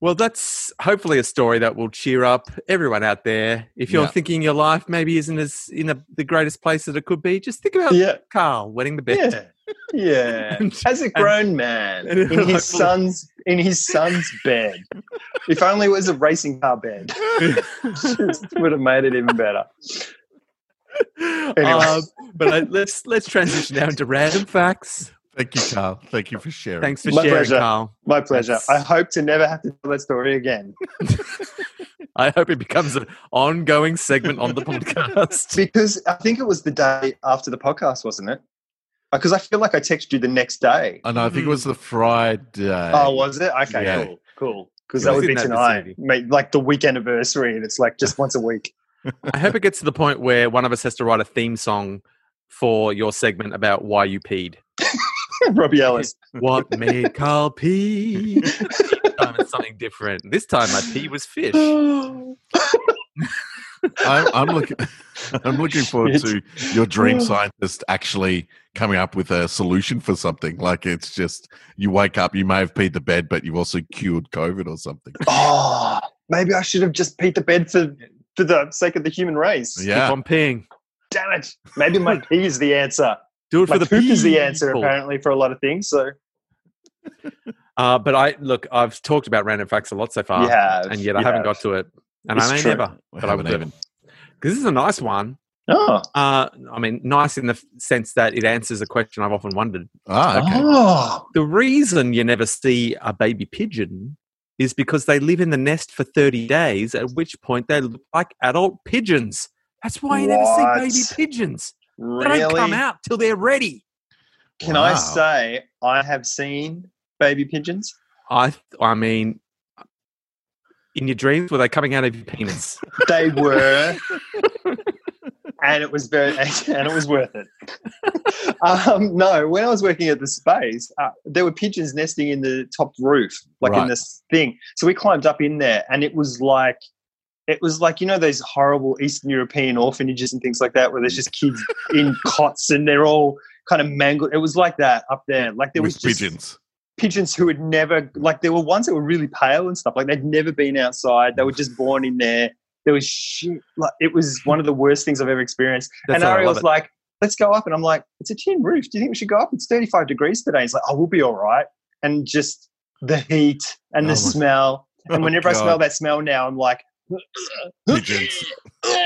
Speaker 4: Well, that's hopefully a story that will cheer up everyone out there. If you're
Speaker 1: Yeah.
Speaker 4: thinking your life maybe isn't as in a, the greatest place that it could be, just think about
Speaker 3: Yeah.
Speaker 4: Carl wedding the bet.
Speaker 3: Yeah. Yeah.
Speaker 4: And-
Speaker 3: As a grown man
Speaker 4: and
Speaker 3: in
Speaker 4: hopefully-
Speaker 3: his son's in his son's bed. if only it was a racing car bed. Just would have made it even better. Anyway.
Speaker 4: Um, but I, let's let's transition now into random facts.
Speaker 1: Thank you, Carl. Thank you for sharing.
Speaker 4: Thanks for
Speaker 3: My
Speaker 4: sharing,
Speaker 3: pleasure.
Speaker 4: Carl.
Speaker 3: My pleasure.
Speaker 4: That's-
Speaker 3: I hope to never have to tell that story again.
Speaker 4: I hope it becomes an ongoing segment on the podcast.
Speaker 3: Because I think it was the day after the podcast, wasn't it? Because I feel like I texted you the next day.
Speaker 1: And I think it was the Friday.
Speaker 3: Oh, was it? Okay,
Speaker 1: Yeah.
Speaker 3: cool, cool. Because
Speaker 4: It
Speaker 3: that
Speaker 4: was
Speaker 3: would
Speaker 4: in
Speaker 3: be
Speaker 4: that
Speaker 3: tonight,
Speaker 4: vicinity.
Speaker 3: mate, like the week anniversary, and it's like just once a week.
Speaker 4: I hope it gets to the point where one of us has to write a theme song for your segment about why you peed.
Speaker 3: Robbie Ellis.
Speaker 4: What made Carl pee? This time it's something different. This time my pee was fish.
Speaker 1: I'm, I'm looking. I'm looking forward to
Speaker 3: Shit.
Speaker 1: your dream scientist actually coming up with a solution for something. Like it's just you wake up, you may have peed the bed, but you've also cured COVID or something.
Speaker 3: oh, maybe I should have just beat the bed for for the sake of the human race.
Speaker 4: Keep
Speaker 1: Yeah,
Speaker 4: on peeing.
Speaker 3: Damn it! Maybe my pee is the answer.
Speaker 4: Do it
Speaker 3: My
Speaker 4: for the
Speaker 3: poop is the answer
Speaker 4: people.
Speaker 3: apparently for a lot of things. So
Speaker 4: Uh, but I look, I've talked about random facts a lot so far,
Speaker 3: you have,
Speaker 4: and yet
Speaker 3: you
Speaker 4: I haven't
Speaker 3: have.
Speaker 4: got to it, and
Speaker 3: It's
Speaker 4: I may
Speaker 3: true.
Speaker 4: never.
Speaker 1: we
Speaker 4: But I
Speaker 1: haven't
Speaker 4: will.
Speaker 1: even.
Speaker 4: Because this is a nice one.
Speaker 3: Oh,
Speaker 4: Uh, I mean, nice in the f- sense that it answers a question I've often wondered.
Speaker 1: Ah, okay.
Speaker 3: oh,
Speaker 4: The reason you never see a baby pigeon is because they live in the nest for 30 days, at which point they look like adult pigeons. That's why you
Speaker 3: What?
Speaker 4: never see baby pigeons. They
Speaker 3: really?
Speaker 4: don't come out till they're ready.
Speaker 3: Can I
Speaker 1: Wow.
Speaker 3: say I have seen baby pigeons?
Speaker 4: I, th- I mean, in your dreams, were they coming out of your penis?
Speaker 3: They were, and it was very, and it was worth it. um, no, when I was working at the space, uh, there were pigeons nesting in the top roof, like in
Speaker 1: Right.
Speaker 3: this thing. So we climbed up in there, and it was like. It was like you know those horrible Eastern European orphanages and things like that, where there's just kids in cots and they're all kind of mangled. It was like that up there. Like there was
Speaker 1: With
Speaker 3: just,
Speaker 1: pigeons.
Speaker 3: pigeons who had never like there were ones that were really pale and stuff like they'd never been outside they were just born in there there was shit like it was one of the worst things i've ever experienced
Speaker 4: That's
Speaker 3: and
Speaker 4: why I
Speaker 3: ari
Speaker 4: love
Speaker 3: was
Speaker 4: it.
Speaker 3: like let's go up and i'm like it's a tin roof do you think we should go up it's 35 degrees today he's like oh we'll be all right and just the heat and
Speaker 1: Oh
Speaker 3: the
Speaker 1: my-
Speaker 3: smell and
Speaker 1: Oh,
Speaker 3: whenever i
Speaker 1: God.
Speaker 3: smell that smell now i'm like
Speaker 1: pigeons.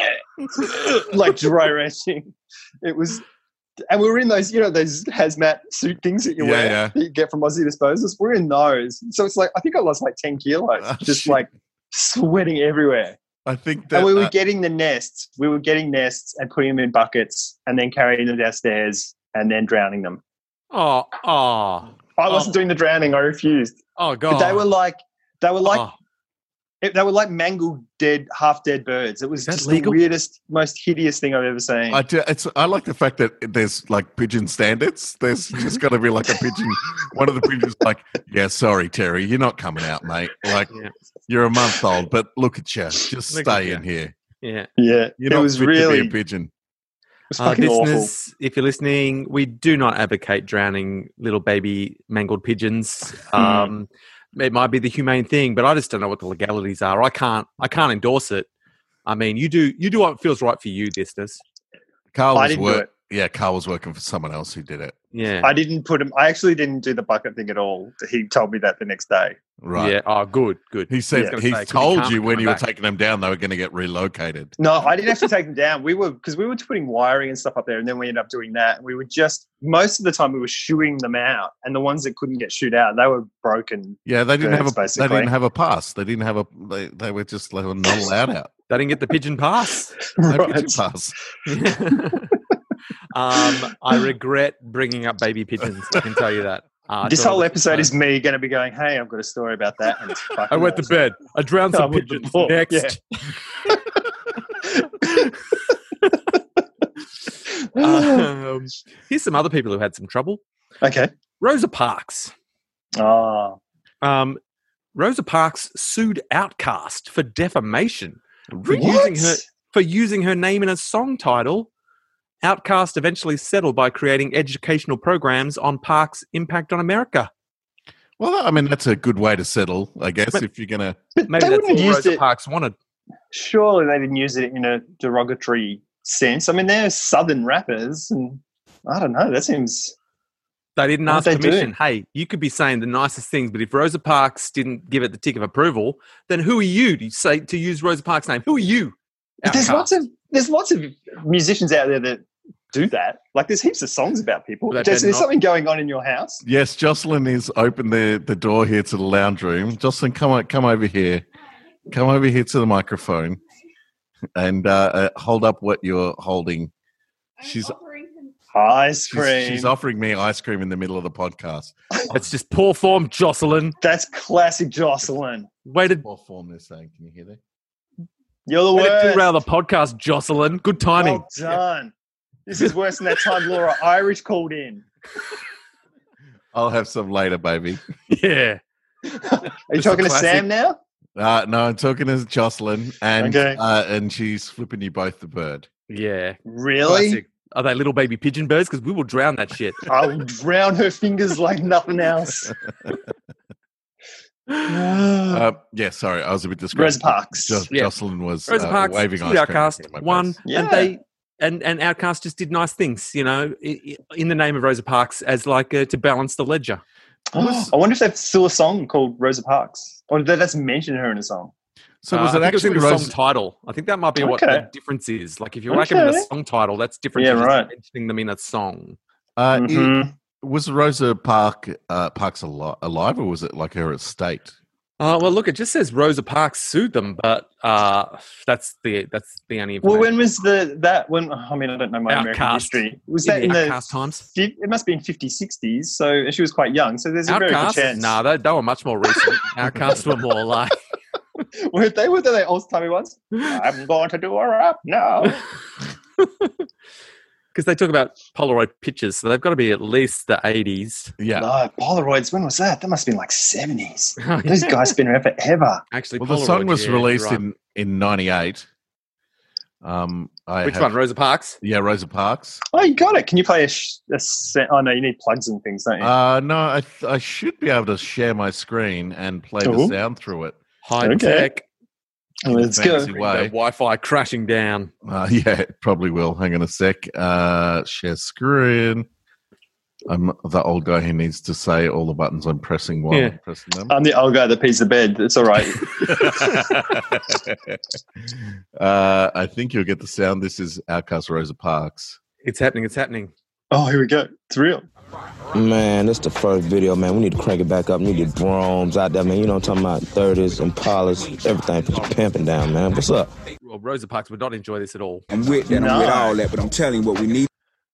Speaker 3: like dry rationing it was and we were in those, you know, those hazmat suit things that you
Speaker 1: Yeah,
Speaker 3: wear
Speaker 1: yeah.
Speaker 3: that you get from Aussie disposals. We're in those. So it's like, I think I lost like 10 kilos,
Speaker 1: Oh,
Speaker 3: just
Speaker 1: shit.
Speaker 3: like sweating everywhere.
Speaker 1: I think that
Speaker 3: and we were
Speaker 1: uh,
Speaker 3: getting the nests. We were getting nests and putting them in buckets and then carrying them downstairs and then drowning them.
Speaker 4: oh, oh,
Speaker 3: I wasn't doing the drowning. I refused.
Speaker 4: oh, God.
Speaker 3: But they were like, they were like,
Speaker 4: Oh.
Speaker 3: it- they were like mangled, dead, half dead birds. It was
Speaker 4: Is that
Speaker 3: just
Speaker 4: legal?
Speaker 3: the weirdest, most hideous thing I've ever seen.
Speaker 1: I do, it's I like the fact that there's like pigeon standards. There's
Speaker 4: Mm-hmm.
Speaker 1: just got to be like a pigeon. One of the pigeons like, yeah, sorry, Terry, you're not coming out, mate. Like
Speaker 4: Yeah.
Speaker 1: you're a month old, but look at you, just
Speaker 4: Look at
Speaker 1: stay in here.
Speaker 4: Yeah.
Speaker 3: yeah,
Speaker 1: You're
Speaker 3: it
Speaker 1: not
Speaker 3: was
Speaker 1: fit to be
Speaker 3: really,
Speaker 1: a
Speaker 3: it
Speaker 1: pigeon.
Speaker 3: was
Speaker 4: Uh,
Speaker 3: fucking awful.
Speaker 4: listeners, if you're listening, we do not advocate drowning little baby mangled pigeons.
Speaker 3: Hmm.
Speaker 4: Um, it might be the humane thing, but I just don't know what the legalities are. I can't. I can't endorse it. I mean, you do. You do what feels right for you, listeners.
Speaker 1: Carl
Speaker 3: I
Speaker 1: was
Speaker 3: didn't do
Speaker 1: oh, work.
Speaker 3: it.
Speaker 1: Yeah, Carl was working for someone else who did it.
Speaker 4: Yeah.
Speaker 3: I didn't put him. I actually didn't do the bucket thing at all. He told me that the next day.
Speaker 1: Right.
Speaker 4: Yeah. Oh, good. Good.
Speaker 1: He said
Speaker 4: Yeah.
Speaker 1: he
Speaker 4: Gonna say, 'cause he
Speaker 1: told
Speaker 4: can't
Speaker 1: you when
Speaker 4: come
Speaker 1: you were
Speaker 4: back.
Speaker 1: taking them down, they were going to get relocated.
Speaker 3: No, I didn't have to take them down. We were because we were putting wiring and stuff up there, and then we ended up doing that. We were just most of the time we were shooing them out, and the ones that couldn't get shoot out, they were broken.
Speaker 1: Yeah, they didn't have a.
Speaker 3: Birds, basically.
Speaker 1: They didn't have a pass. They didn't have a. They, they were just they were not allowed out.
Speaker 4: They didn't get the pigeon pass.
Speaker 1: No
Speaker 3: Right.
Speaker 1: pigeon pass.
Speaker 4: um, I regret bringing up baby pigeons. I can tell you that. Uh,
Speaker 3: This
Speaker 4: it's all
Speaker 3: whole
Speaker 4: the-
Speaker 3: episode is me going to be going. Hey, I've got a story about that. And it's fucking
Speaker 4: I went to
Speaker 3: awesome."
Speaker 4: bed. I drowned
Speaker 3: I
Speaker 4: some
Speaker 3: went to
Speaker 4: pigeons.
Speaker 3: bed.
Speaker 4: Next.
Speaker 3: Yeah.
Speaker 4: Um, here's some other people who had some trouble.
Speaker 3: okay.
Speaker 4: Rosa Parks.
Speaker 3: Oh,
Speaker 4: Um, Rosa Parks sued Outcast for defamation for
Speaker 3: what?
Speaker 4: using her for using her name in a song title. Outcast eventually settled by creating educational programs on Parks' impact on America.
Speaker 1: Well, I mean, that's a good way to settle, I guess,
Speaker 4: But-
Speaker 1: if you're going to.
Speaker 3: But
Speaker 4: Maybe
Speaker 3: they
Speaker 4: that's
Speaker 3: wouldn't have
Speaker 4: all
Speaker 3: used
Speaker 4: Rosa
Speaker 3: it.
Speaker 4: Parks wanted.
Speaker 3: Surely they didn't use it in a derogatory sense. I mean, they're southern rappers, and I don't know. That seems
Speaker 4: They didn't
Speaker 3: What
Speaker 4: ask
Speaker 3: did they do?
Speaker 4: permission. Hey, you could be saying the nicest things, but if Rosa Parks didn't give it the tick of approval, then who are you to say to use Rosa Parks' name? Who are you?
Speaker 3: But there's lots
Speaker 4: Outcast.
Speaker 3: of there's lots of musicians out there that do that. Like there's heaps of songs about people.
Speaker 4: They
Speaker 3: Just,
Speaker 4: better
Speaker 3: there's
Speaker 4: not.
Speaker 3: something going on in your house.
Speaker 1: Yes, Jocelyn has opened the, the door here to the lounge room. Jocelyn, come on, come over here. Come over here to the microphone and uh, uh, hold up what you're holding.
Speaker 5: I'm
Speaker 1: She's-
Speaker 5: offering him
Speaker 3: Ice
Speaker 1: She's,
Speaker 3: cream.
Speaker 1: she's offering me ice cream in the middle of the podcast.
Speaker 4: That's just poor form, Jocelyn.
Speaker 3: That's classic Jocelyn.
Speaker 4: Way to,
Speaker 1: What form they're saying? Can you hear that?
Speaker 3: You're the
Speaker 4: way to
Speaker 3: worst.
Speaker 4: derail the podcast, Jocelyn. Good timing.
Speaker 3: Well done. This is worse than that time Laura Irish called in.
Speaker 1: I'll have some later, baby.
Speaker 4: Yeah.
Speaker 3: Are you
Speaker 4: Just a
Speaker 3: talking to
Speaker 4: classic.
Speaker 3: Sam now?
Speaker 1: Uh, no, I'm talking to Jocelyn, and
Speaker 3: Okay.
Speaker 1: uh, and she's flipping you both the bird.
Speaker 4: Yeah.
Speaker 3: Really?
Speaker 4: Classic. Are they little baby pigeon birds? Because we will drown that shit.
Speaker 3: I'll drown her fingers like nothing else.
Speaker 1: Uh, yeah, sorry, I was a bit
Speaker 3: Rose
Speaker 1: distracted.
Speaker 3: Parks.
Speaker 1: Jo-
Speaker 4: Yeah.
Speaker 1: Jocelyn was
Speaker 4: Rosa
Speaker 1: uh,
Speaker 4: Parks,
Speaker 1: waving
Speaker 4: Studio
Speaker 1: ice cream.
Speaker 4: Outcast,
Speaker 1: in my face.
Speaker 4: one,
Speaker 3: Yeah.
Speaker 4: and they and and Outcast just did nice things, you know, i- i- in the name of Rosa Parks as like uh, to balance the ledger.
Speaker 3: I wonder if that's still a song called Rosa Parks. Or that that's mentioned her in a song.
Speaker 1: So was
Speaker 4: Uh,
Speaker 1: it
Speaker 4: I think
Speaker 1: actually
Speaker 4: was in the
Speaker 1: Rose?
Speaker 4: song title? I think that might be what
Speaker 3: Okay.
Speaker 4: the difference is. Like if you're like them in a
Speaker 3: Okay.
Speaker 4: song title, that's different.
Speaker 3: Yeah,
Speaker 4: to just
Speaker 3: right.
Speaker 4: Mentioning them in a song.
Speaker 1: Uh, i-
Speaker 4: Mm-hmm.
Speaker 3: Mhm.
Speaker 1: was Rosa Park uh, Parks al- alive, or was it like her estate?
Speaker 4: Uh, well, look, it just says Rosa Parks sued them, but uh, that's the that's the only.
Speaker 3: Well, when
Speaker 4: information.
Speaker 3: was the that when I mean I don't know my American
Speaker 4: Outcast.
Speaker 3: history. Was
Speaker 4: In
Speaker 3: that
Speaker 4: the
Speaker 3: in the
Speaker 4: Outcast times?
Speaker 3: fif- It must be in 50, 60s. So and she was quite young. So there's a very good
Speaker 4: Outcast?
Speaker 3: chance.
Speaker 4: Nah, they, they were much more recent. Outcast were more like
Speaker 3: Were they were they old timey ones? I'm going to do her up now.
Speaker 4: because they talk about Polaroid pictures, so they've got to be at least the eighties.
Speaker 1: Yeah.
Speaker 3: No, Uh, Polaroids. When was that? That must have been like 70s. These guys have been around forever.
Speaker 4: Actually,
Speaker 1: Well, the
Speaker 4: Polaroid,
Speaker 1: song was
Speaker 4: yeah, you're
Speaker 1: released
Speaker 4: right.
Speaker 1: in in '98. Um, I
Speaker 4: which
Speaker 1: have-
Speaker 4: one? Rosa Parks.
Speaker 1: Yeah, Rosa Parks.
Speaker 3: Oh, you got it. Can you play a? Sh- a se- oh no, you need plugs and things, don't you?
Speaker 1: Uh, no, I, th- I should be able to share my screen and play the
Speaker 3: Ooh.
Speaker 1: sound through it.
Speaker 4: High
Speaker 3: Okay.
Speaker 4: tech.
Speaker 3: Let's go.
Speaker 1: fancy
Speaker 4: Bring
Speaker 1: Way.
Speaker 4: the Wi-Fi crashing down.
Speaker 1: Uh, yeah, it probably will. Hang on a sec. Uh, share screen. I'm the old guy who needs to say all the buttons I'm pressing while
Speaker 4: Yeah.
Speaker 1: I'm pressing them.
Speaker 3: I'm the old guy that pees the bed. It's all right.
Speaker 1: uh, I think you'll get the sound. This is Outcast Rosa Parks.
Speaker 4: It's happening. It's happening.
Speaker 3: oh, here we go. It's real.
Speaker 6: Man, this the first video, man. We need to crank it back up. We need the Broms out there, man. You know what I'm talking about? 30s, Impalas, everything. Put your pimping down, man. What's up?
Speaker 4: Well, Rosa Parks would not enjoy this at all.
Speaker 7: I'm with that. I'm with
Speaker 3: No.
Speaker 7: all that. But I'm telling you what we need.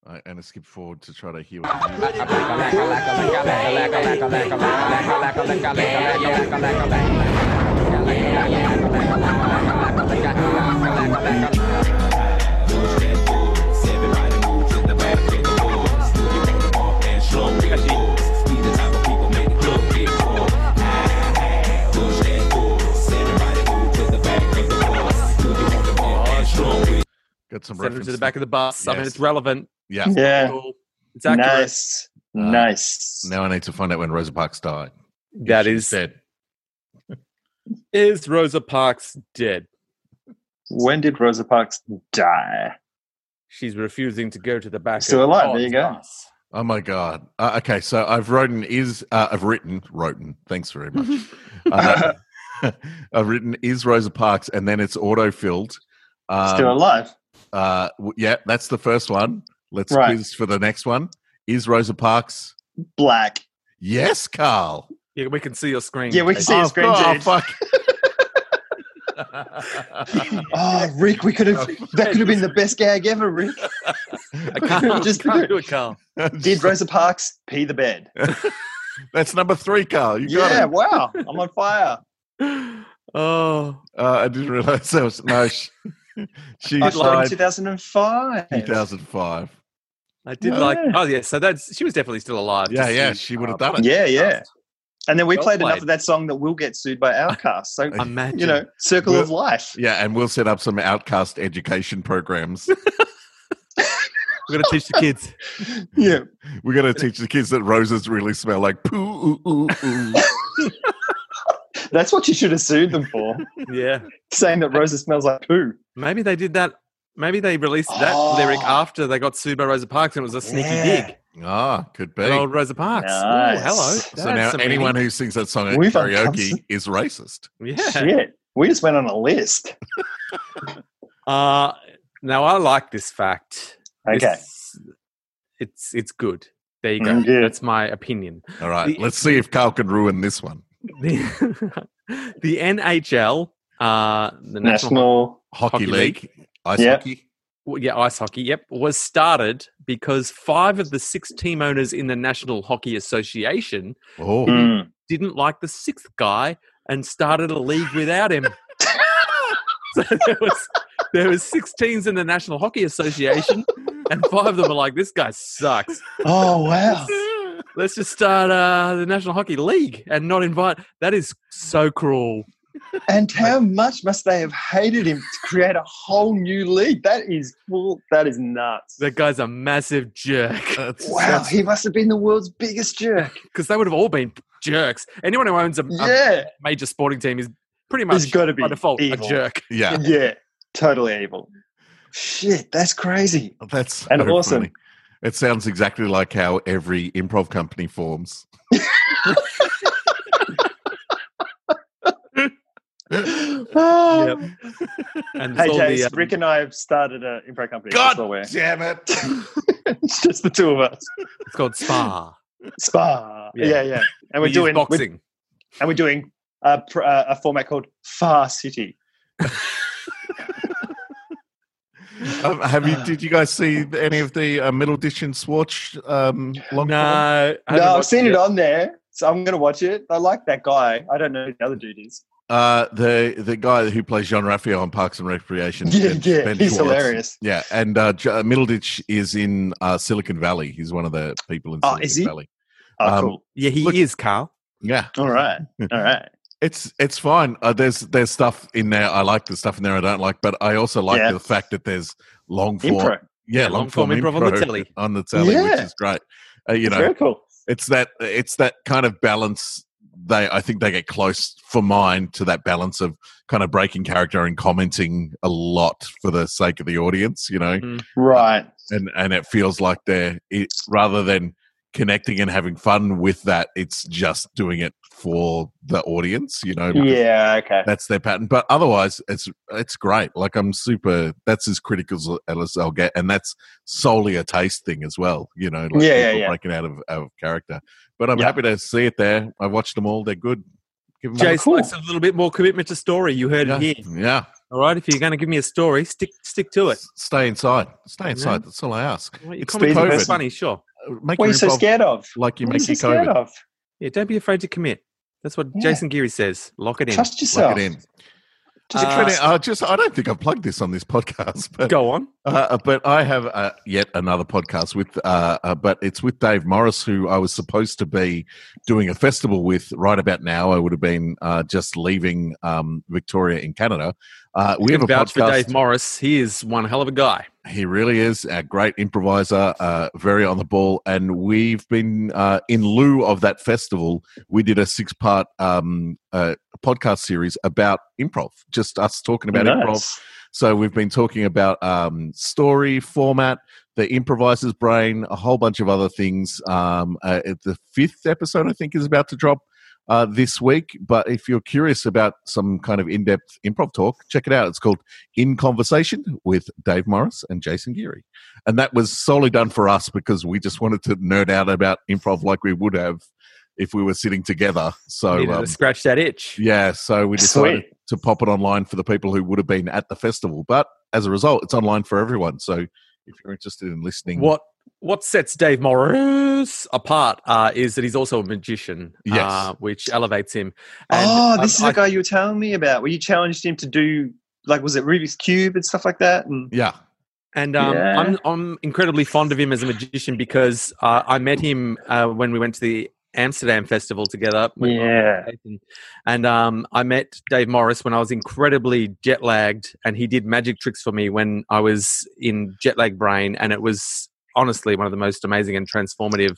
Speaker 1: Uh, and I skip forward to try to hear what the music Got some
Speaker 4: Send them
Speaker 1: reference
Speaker 4: to the back of the bus. I mean,
Speaker 1: Yes.
Speaker 4: it's relevant.
Speaker 1: Yeah.
Speaker 3: Yeah.
Speaker 4: Cool. It's accurate.
Speaker 3: Nice.
Speaker 1: Uh,
Speaker 3: nice.
Speaker 1: Now I need to find out when Rosa Parks died. If
Speaker 4: That
Speaker 1: she's
Speaker 4: is.
Speaker 1: dead.
Speaker 4: Is Rosa Parks dead?
Speaker 3: When did Rosa Parks die?
Speaker 4: She's refusing to go to the back.
Speaker 3: Still
Speaker 4: of
Speaker 3: alive,
Speaker 4: Bob's
Speaker 3: there you go.
Speaker 4: bus.
Speaker 1: Oh my god. Uh, okay, so I've written is uh, I've written written. Thanks very much. Uh, I've written is Rosa Parks, and then it's autofilled. Um,
Speaker 3: Still alive.
Speaker 1: uh, w- yeah, that's the first one. Let's
Speaker 3: Right.
Speaker 1: quiz for the next one. Is Rosa Parks?
Speaker 3: Black.
Speaker 1: Yes, Carl.
Speaker 4: Yeah, we can see your screen.
Speaker 3: Yeah, we can see your
Speaker 1: Oh,
Speaker 3: screen,
Speaker 1: oh,
Speaker 3: Jade.
Speaker 1: fuck.
Speaker 3: Oh, Rick, we could have. That could have been the best gag ever, Rick.
Speaker 4: I can't,
Speaker 3: Just-
Speaker 4: just can't do it, Carl.
Speaker 3: Did Rosa Parks pee the bed?
Speaker 1: That's number three, Carl. You got
Speaker 3: yeah,
Speaker 1: it.
Speaker 3: wow. I'm on fire.
Speaker 4: Oh,
Speaker 1: Uh, I didn't realize that was no. She, she
Speaker 3: I died in
Speaker 1: died
Speaker 3: 2005.
Speaker 1: in 2005.
Speaker 4: I did
Speaker 3: Yeah.
Speaker 4: like. Oh, yeah. So that's she was definitely still alive.
Speaker 1: Yeah,
Speaker 4: Just
Speaker 1: yeah,
Speaker 4: the,
Speaker 1: she would have
Speaker 4: uh,
Speaker 1: done it.
Speaker 3: Yeah, yeah. And then we
Speaker 4: Well
Speaker 3: played,
Speaker 4: played.
Speaker 3: enough of that song that will get sued by Outcast. So,
Speaker 4: Imagine.
Speaker 3: you know, Circle of Life.
Speaker 1: Yeah, and we'll set up some outcast education programs.
Speaker 4: We're going to teach the kids.
Speaker 3: yeah.
Speaker 1: We're going to teach the kids that roses really smell like poo. Ooh, ooh, ooh.
Speaker 3: That's what you should have sued them for,
Speaker 4: Yeah.
Speaker 3: saying that Rosa smells like poo.
Speaker 4: Maybe they did that. Maybe they released that
Speaker 3: Oh.
Speaker 4: lyric after they got sued by Rosa Parks and it was a sneaky
Speaker 3: Yeah.
Speaker 4: dig
Speaker 1: ah, could be.
Speaker 4: at old Rosa Parks. Ooh,
Speaker 3: Nice.
Speaker 4: hello.
Speaker 1: so
Speaker 4: That's
Speaker 1: now
Speaker 4: some
Speaker 1: anyone who sings that song at
Speaker 3: We've uncovered
Speaker 1: karaoke is racist.
Speaker 4: meaning. Yeah.
Speaker 3: Shit. We just went on a list.
Speaker 4: Uh, now I like this fact.
Speaker 3: Okay.
Speaker 4: This- it's it's good. There you go.
Speaker 3: Mm, good.
Speaker 4: That's my opinion.
Speaker 1: All right,
Speaker 4: The-
Speaker 1: let's see if Carl can ruin this one.
Speaker 4: The, the NHL, uh, the National,
Speaker 3: National.
Speaker 1: Hockey,
Speaker 4: Hockey
Speaker 1: league, ice
Speaker 3: Yeah.
Speaker 1: hockey.
Speaker 4: well, yeah ice hockey, yep, was started because five of the six team owners in the National Hockey Association
Speaker 1: Oh,
Speaker 3: Mm.
Speaker 4: didn't like the sixth guy and started a league without him. so there was there was six teams in the National Hockey Association, and five of them were like, "This guy sucks.
Speaker 3: Oh, wow.
Speaker 4: Let's just start uh, the National Hockey League and not invite." That is so cruel.
Speaker 3: And how much must they have hated him to create a whole new league? That is well, that is nuts.
Speaker 4: That guy's a massive jerk
Speaker 1: that's-
Speaker 3: Wow,
Speaker 1: that's-
Speaker 3: he must have been the world's biggest jerk.
Speaker 4: because they would have all been jerks. Anyone who owns a, a
Speaker 3: Yeah,
Speaker 4: major sporting team is pretty
Speaker 3: he's
Speaker 4: much
Speaker 3: got to be
Speaker 4: by default
Speaker 3: evil.
Speaker 4: a jerk.
Speaker 1: yeah,
Speaker 3: Yeah, totally evil. Shit, that's crazy.
Speaker 1: that's
Speaker 3: And
Speaker 1: so
Speaker 3: awesome.
Speaker 1: funny. It sounds exactly like how every improv company forms.
Speaker 3: Oh.
Speaker 4: And
Speaker 3: Hey,
Speaker 4: it's all
Speaker 3: Jace,
Speaker 4: the, um,
Speaker 3: Rick and I have started an improv company.
Speaker 1: God
Speaker 3: that's all we're-
Speaker 1: Damn it!
Speaker 3: it's just the two of us.
Speaker 4: it's called Spa.
Speaker 3: Spa.
Speaker 4: Yeah.
Speaker 3: Yeah, yeah. And we're
Speaker 4: We use
Speaker 3: doing we're,
Speaker 4: boxing.
Speaker 3: and we're doing a, pr- uh, a format called Far City.
Speaker 1: Um, have you? Did you guys see any of the uh, middle dish and swatch? Um, long form?
Speaker 4: No, I haven't
Speaker 3: No, I've
Speaker 4: watched
Speaker 3: seen
Speaker 4: yet.
Speaker 3: it on there, so I'm gonna watch it. I like that guy. I don't know who the other dude is.
Speaker 1: Uh, the the guy who plays John Raffio on Parks and Recreation.
Speaker 3: Yeah,
Speaker 1: Ben-
Speaker 3: yeah,
Speaker 1: Ben
Speaker 3: he's
Speaker 1: Schwartz.
Speaker 3: hilarious.
Speaker 1: Yeah, and uh, J- uh, Middleditch is in uh, Silicon Valley. He's one of the people in
Speaker 3: Oh,
Speaker 1: Silicon
Speaker 3: is he?
Speaker 1: Valley.
Speaker 3: Oh,
Speaker 1: Um,
Speaker 3: cool.
Speaker 4: Yeah, he
Speaker 1: Look-
Speaker 4: is Carl.
Speaker 1: Yeah,
Speaker 3: All right, all right.
Speaker 1: it's it's fine. Uh, there's there's stuff in there. I like the stuff in there. I don't like, but I also like
Speaker 3: Yeah.
Speaker 1: the fact that there's long form.
Speaker 3: Impro.
Speaker 1: Yeah, long
Speaker 4: long-form
Speaker 1: form
Speaker 4: improv on the telly.
Speaker 1: on the telly, which
Speaker 3: Yeah.
Speaker 1: is great. Uh, you
Speaker 3: It's
Speaker 1: know,
Speaker 3: very cool.
Speaker 1: it's that it's that kind of balance they i think they get close for mine to that balance of kind of breaking character and commenting a lot for the sake of the audience you know
Speaker 3: Right.
Speaker 1: and and it feels like they're it, rather than connecting and having fun with that it's just doing it for the audience you know because
Speaker 3: Yeah. Okay.
Speaker 1: that's their pattern but otherwise it's it's great like i'm super that's as critical as- as i'll get and that's solely a taste thing as well you know like
Speaker 3: Yeah, yeah,
Speaker 1: people
Speaker 3: yeah.
Speaker 1: breaking out of, out of character but i'm
Speaker 3: Yeah.
Speaker 1: happy to see it there i watched them all they're good give them
Speaker 4: Jace
Speaker 3: cool.
Speaker 4: likes a little bit more commitment to story. You heard
Speaker 1: yeah,
Speaker 4: it here.
Speaker 1: yeah.
Speaker 4: All right, if you're going to give me a story, stick stick to it.
Speaker 1: S- stay inside stay inside that's all i ask
Speaker 4: Well, your
Speaker 1: it's the
Speaker 4: comment's
Speaker 3: the
Speaker 4: not
Speaker 1: covid
Speaker 4: funny, sure.
Speaker 1: make
Speaker 3: What are
Speaker 1: your
Speaker 3: you so
Speaker 1: improv
Speaker 3: scared of?
Speaker 1: like you
Speaker 3: What are
Speaker 1: make
Speaker 3: you
Speaker 1: your
Speaker 3: so scared
Speaker 1: covid
Speaker 3: of?
Speaker 4: Yeah, don't be afraid to commit. That's what
Speaker 3: Yeah.
Speaker 4: Jason Geary says. Lock it in.
Speaker 3: Trust
Speaker 1: Lock
Speaker 3: yourself.
Speaker 1: it in.
Speaker 3: Just
Speaker 4: Uh,
Speaker 3: trust-
Speaker 1: I just I don't think I've plugged this on this podcast, but
Speaker 4: Go on.
Speaker 1: Uh, but I have uh, yet another podcast with, uh, uh, but it's with Dave Morris, who I was supposed to be doing a festival with right about now. I would have been uh, just leaving um, Victoria in Canada. Uh, we have a
Speaker 4: Can vouch for Dave
Speaker 1: podcast.
Speaker 4: Morris. He is one hell of a guy.
Speaker 1: He really is a great improviser, uh, very on the ball. And we've been, uh, in lieu of that festival, we did a six part um, uh, podcast series about improv, just us talking about improv
Speaker 3: Nice.
Speaker 1: so we've been talking about um, story format, the improviser's brain, a whole bunch of other things. Um, uh, it- the fifth episode, I think, is about to drop uh, this week. But if you're curious about some kind of in-depth improv talk, check it out. It's called In Conversation with Dave Morris and Jason Geary, and that was solely done for us because we just wanted to nerd out about improv like we would have if we were sitting together. So
Speaker 4: Needed
Speaker 1: um,
Speaker 4: to scratch that itch.
Speaker 1: yeah, so we decided
Speaker 3: Sweet.
Speaker 1: to pop it online for the people who would have been at the festival. But as a result, it's online for everyone. So if you're interested in listening,
Speaker 4: What what sets Dave Morris apart uh, is that he's also a magician,
Speaker 1: Yes.
Speaker 4: uh, which elevates him. And,
Speaker 3: Oh,
Speaker 4: um,
Speaker 3: this is
Speaker 4: I-
Speaker 3: the guy you were telling me about. Where you challenged him to do like was it Rubik's cube and stuff like that? And
Speaker 1: yeah,
Speaker 4: And um,
Speaker 3: Yeah.
Speaker 4: I'm, I'm incredibly fond of him as a magician because uh, I met him uh, when we went to the Amsterdam Festival together. when we were on
Speaker 3: Yeah.
Speaker 4: vacation. And um, I met Dave Morris when I was incredibly jet lagged, and he did magic tricks for me when I was in jet lag brain, and it was honestly one of the most amazing and transformative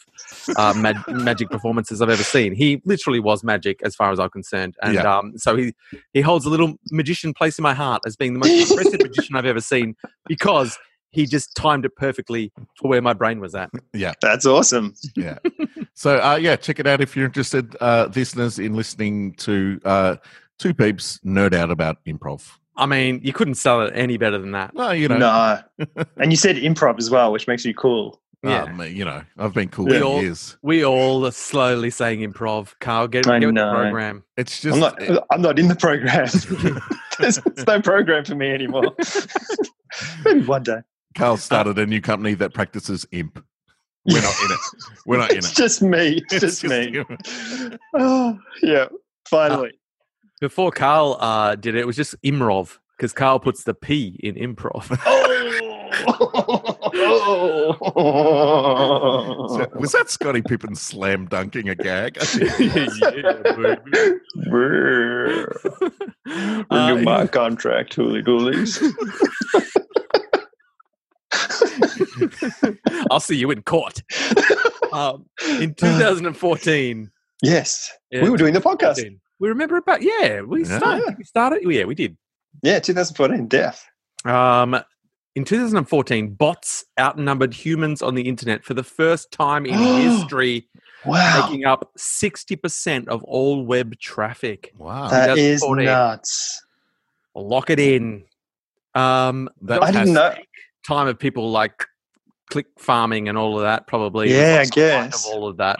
Speaker 4: uh, mag- magic performances I've ever seen. He literally was magic, as far as I'm concerned, and
Speaker 1: Yeah.
Speaker 4: um, so he he holds a little magician place in my heart as being the most impressive magician I've ever seen because he just timed it perfectly to where my brain was at.
Speaker 3: That's awesome.
Speaker 1: yeah. So uh, yeah, check it out if you're interested, uh, listeners, in listening to uh, two peeps nerd out about improv.
Speaker 4: I mean, you couldn't sell it any better than that.
Speaker 1: Well, you know,
Speaker 3: No. and you said improv as well, which makes you cool.
Speaker 4: Yeah.
Speaker 1: um, you know, I've been cool
Speaker 4: We
Speaker 1: for
Speaker 4: all-
Speaker 1: years.
Speaker 4: We all are slowly saying improv. Carl, get,
Speaker 3: I
Speaker 4: get with the
Speaker 3: know.
Speaker 4: program.
Speaker 1: It's just
Speaker 3: I'm not. uh, I'm not in the program. there's, there's no program for me anymore. Maybe one day.
Speaker 1: Carl started a new company that practices imp. We're not in it. We're not in
Speaker 3: It's
Speaker 1: it.
Speaker 3: just me. It's,
Speaker 1: It's
Speaker 3: just, me.
Speaker 1: you.
Speaker 3: oh, yeah. Finally.
Speaker 4: Before Carl uh, did it, it was just Imrov because Carl puts the P in improv.
Speaker 3: oh.
Speaker 1: So, was that Scotty Pippen slam dunking a gag?
Speaker 3: Brr. Renew
Speaker 4: Uh,
Speaker 3: my contract, hooly doolies.
Speaker 4: I'll see you in court. um, in 2014,
Speaker 3: Yes,
Speaker 4: Yeah,
Speaker 3: Uh. we were doing the podcast.
Speaker 4: 2014. We remember about yeah. We
Speaker 1: Yeah.
Speaker 4: started. We started. oh, Yeah, we did.
Speaker 3: Yeah, 2014, death.
Speaker 4: Um, in 2014, bots outnumbered humans on the internet for the first time in history,
Speaker 3: Wow,
Speaker 4: making up 60% of all web traffic.
Speaker 1: wow.
Speaker 3: that is
Speaker 4: 2014.
Speaker 3: nuts.
Speaker 4: Lock it in. Um,
Speaker 1: That
Speaker 3: I didn't know.
Speaker 4: time of people like click farming and all of that probably was,
Speaker 3: Yeah, I
Speaker 4: like, the height
Speaker 3: guess.
Speaker 4: of all of that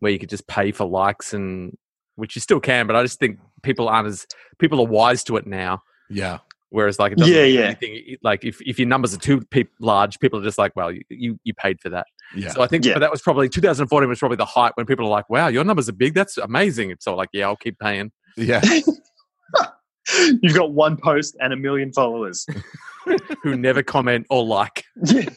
Speaker 4: where you could just pay for likes and which you still can but i just think people aren't as people are wise to it now
Speaker 1: Yeah.
Speaker 4: whereas like it doesn't
Speaker 3: Yeah,
Speaker 4: mean
Speaker 3: yeah.
Speaker 4: anything. It- like if, if your numbers are too peop large people are just like well you you, you paid for that
Speaker 1: Yeah.
Speaker 4: so i think
Speaker 3: Yeah.
Speaker 4: but that was probably 2014 was probably the height when people are like wow your numbers are big that's amazing so like yeah i'll keep paying
Speaker 1: Yeah.
Speaker 3: You've got one post and a million followers.
Speaker 4: who never comment or like
Speaker 3: Yeah.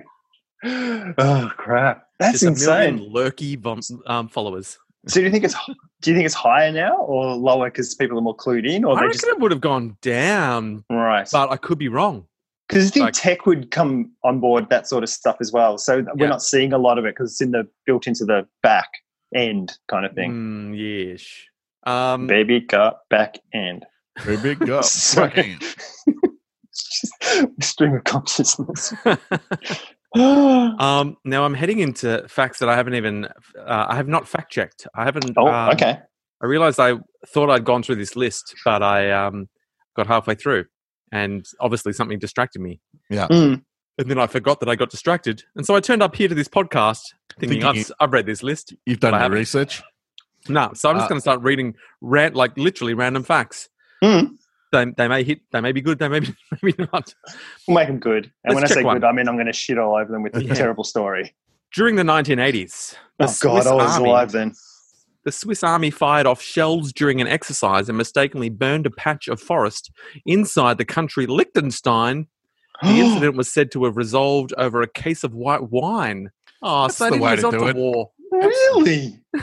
Speaker 3: oh crap, that's
Speaker 4: Just a million
Speaker 3: insane.
Speaker 4: lurky vom- um, followers
Speaker 3: So do you think it's do you think it's higher now or lower because people are more clued in, or
Speaker 4: I
Speaker 3: they
Speaker 4: reckon
Speaker 3: just
Speaker 4: it would have gone down,
Speaker 3: right?
Speaker 4: but I could be wrong.
Speaker 3: Because I think
Speaker 4: Like-
Speaker 3: tech would come on board that sort of stuff as well. So th- we're
Speaker 4: Yeah.
Speaker 3: not seeing a lot of it because it's in the built into the back end kind of thing.
Speaker 4: Mm, yes. Um, Oh,
Speaker 3: Baby got back end.
Speaker 1: Very big go.
Speaker 3: Sorry.
Speaker 1: Fucking-
Speaker 3: It's just Stream of consciousness. Oh,
Speaker 4: um, now I'm heading into facts that I haven't even, uh, I have not fact checked. I haven't.
Speaker 3: oh,
Speaker 4: um,
Speaker 3: okay.
Speaker 4: I realized I thought I'd gone through this list, but I um, got halfway through, and obviously something distracted me,
Speaker 3: Mm.
Speaker 4: and then I forgot that I got distracted, and so I turned up here to this podcast thinking,
Speaker 1: Thinking
Speaker 4: I've,
Speaker 1: you-
Speaker 4: s- I've read this list.
Speaker 1: You've done
Speaker 4: Well, I
Speaker 1: your
Speaker 4: haven't.
Speaker 1: research.
Speaker 4: No, so I'm just
Speaker 1: Uh,
Speaker 4: going to start reading rant like literally random facts.
Speaker 3: Mm.
Speaker 4: They, they may hit. They may be good. They may be maybe not.
Speaker 3: We'll make them good. And
Speaker 4: Let's
Speaker 3: when I
Speaker 4: check
Speaker 3: say
Speaker 4: one.
Speaker 3: good, I mean I'm going to shit all over them with
Speaker 4: Yeah.
Speaker 3: a terrible story.
Speaker 4: During the 1980s, the
Speaker 3: Oh, God,
Speaker 4: Swiss
Speaker 3: I was
Speaker 4: Army-
Speaker 3: alive then.
Speaker 4: the Swiss Army fired off shells during an exercise and mistakenly burned a patch of forest inside the country Liechtenstein. The incident was said to have resolved over a case of white wine. Oh,
Speaker 1: That's the
Speaker 4: so it didn't
Speaker 1: way to
Speaker 4: result
Speaker 1: do
Speaker 4: to
Speaker 1: it.
Speaker 4: war.
Speaker 3: really?
Speaker 1: I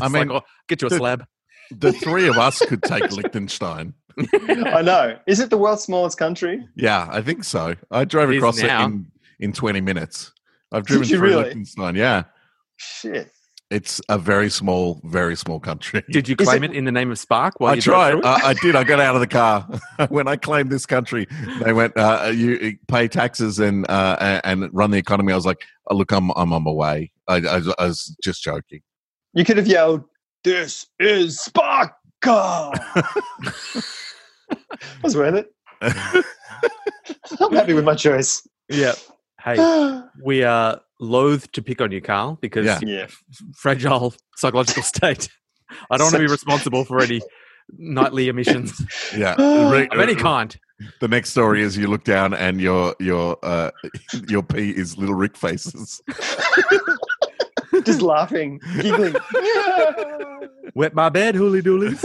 Speaker 4: I
Speaker 1: mean,
Speaker 4: mean, get you a
Speaker 1: the-
Speaker 4: slab.
Speaker 1: The three of us could take Liechtenstein.
Speaker 3: I know. Is it the world's smallest country?
Speaker 1: Yeah, I think so. I drove
Speaker 4: It is
Speaker 1: across it
Speaker 4: now.
Speaker 1: in, in 20 minutes. I've driven
Speaker 3: you
Speaker 1: through
Speaker 3: really?
Speaker 1: Liechtenstein. Yeah.
Speaker 3: Shit.
Speaker 1: It's a very small, very small country.
Speaker 4: Did you
Speaker 3: Is
Speaker 4: claim
Speaker 3: it-
Speaker 4: it, Uh, in the name of Spark? While
Speaker 1: I
Speaker 4: you
Speaker 1: tried.
Speaker 4: drove through it?
Speaker 1: I, I did. I got out of the car when I claimed this country. They went, uh, "You pay taxes and uh, and run the economy." I was like, oh, "Look, I'm I'm on my way." I, I, was- I was just joking.
Speaker 3: You could have yelled, This is Spark! was worth it. I'm happy with my choice.
Speaker 4: yeah. Hey,
Speaker 3: yeah.
Speaker 4: we are loath to pick on you, Carl, because
Speaker 1: Yeah.
Speaker 4: fragile psychological state. I don't want to be
Speaker 3: Such-
Speaker 4: responsible for any nightly emissions
Speaker 1: Yeah.
Speaker 4: of any kind.
Speaker 1: The next story is you look down and your your uh, your pee is little Rick faces.
Speaker 3: Just laughing, giggling.
Speaker 4: Wet my bed, hooly doolies.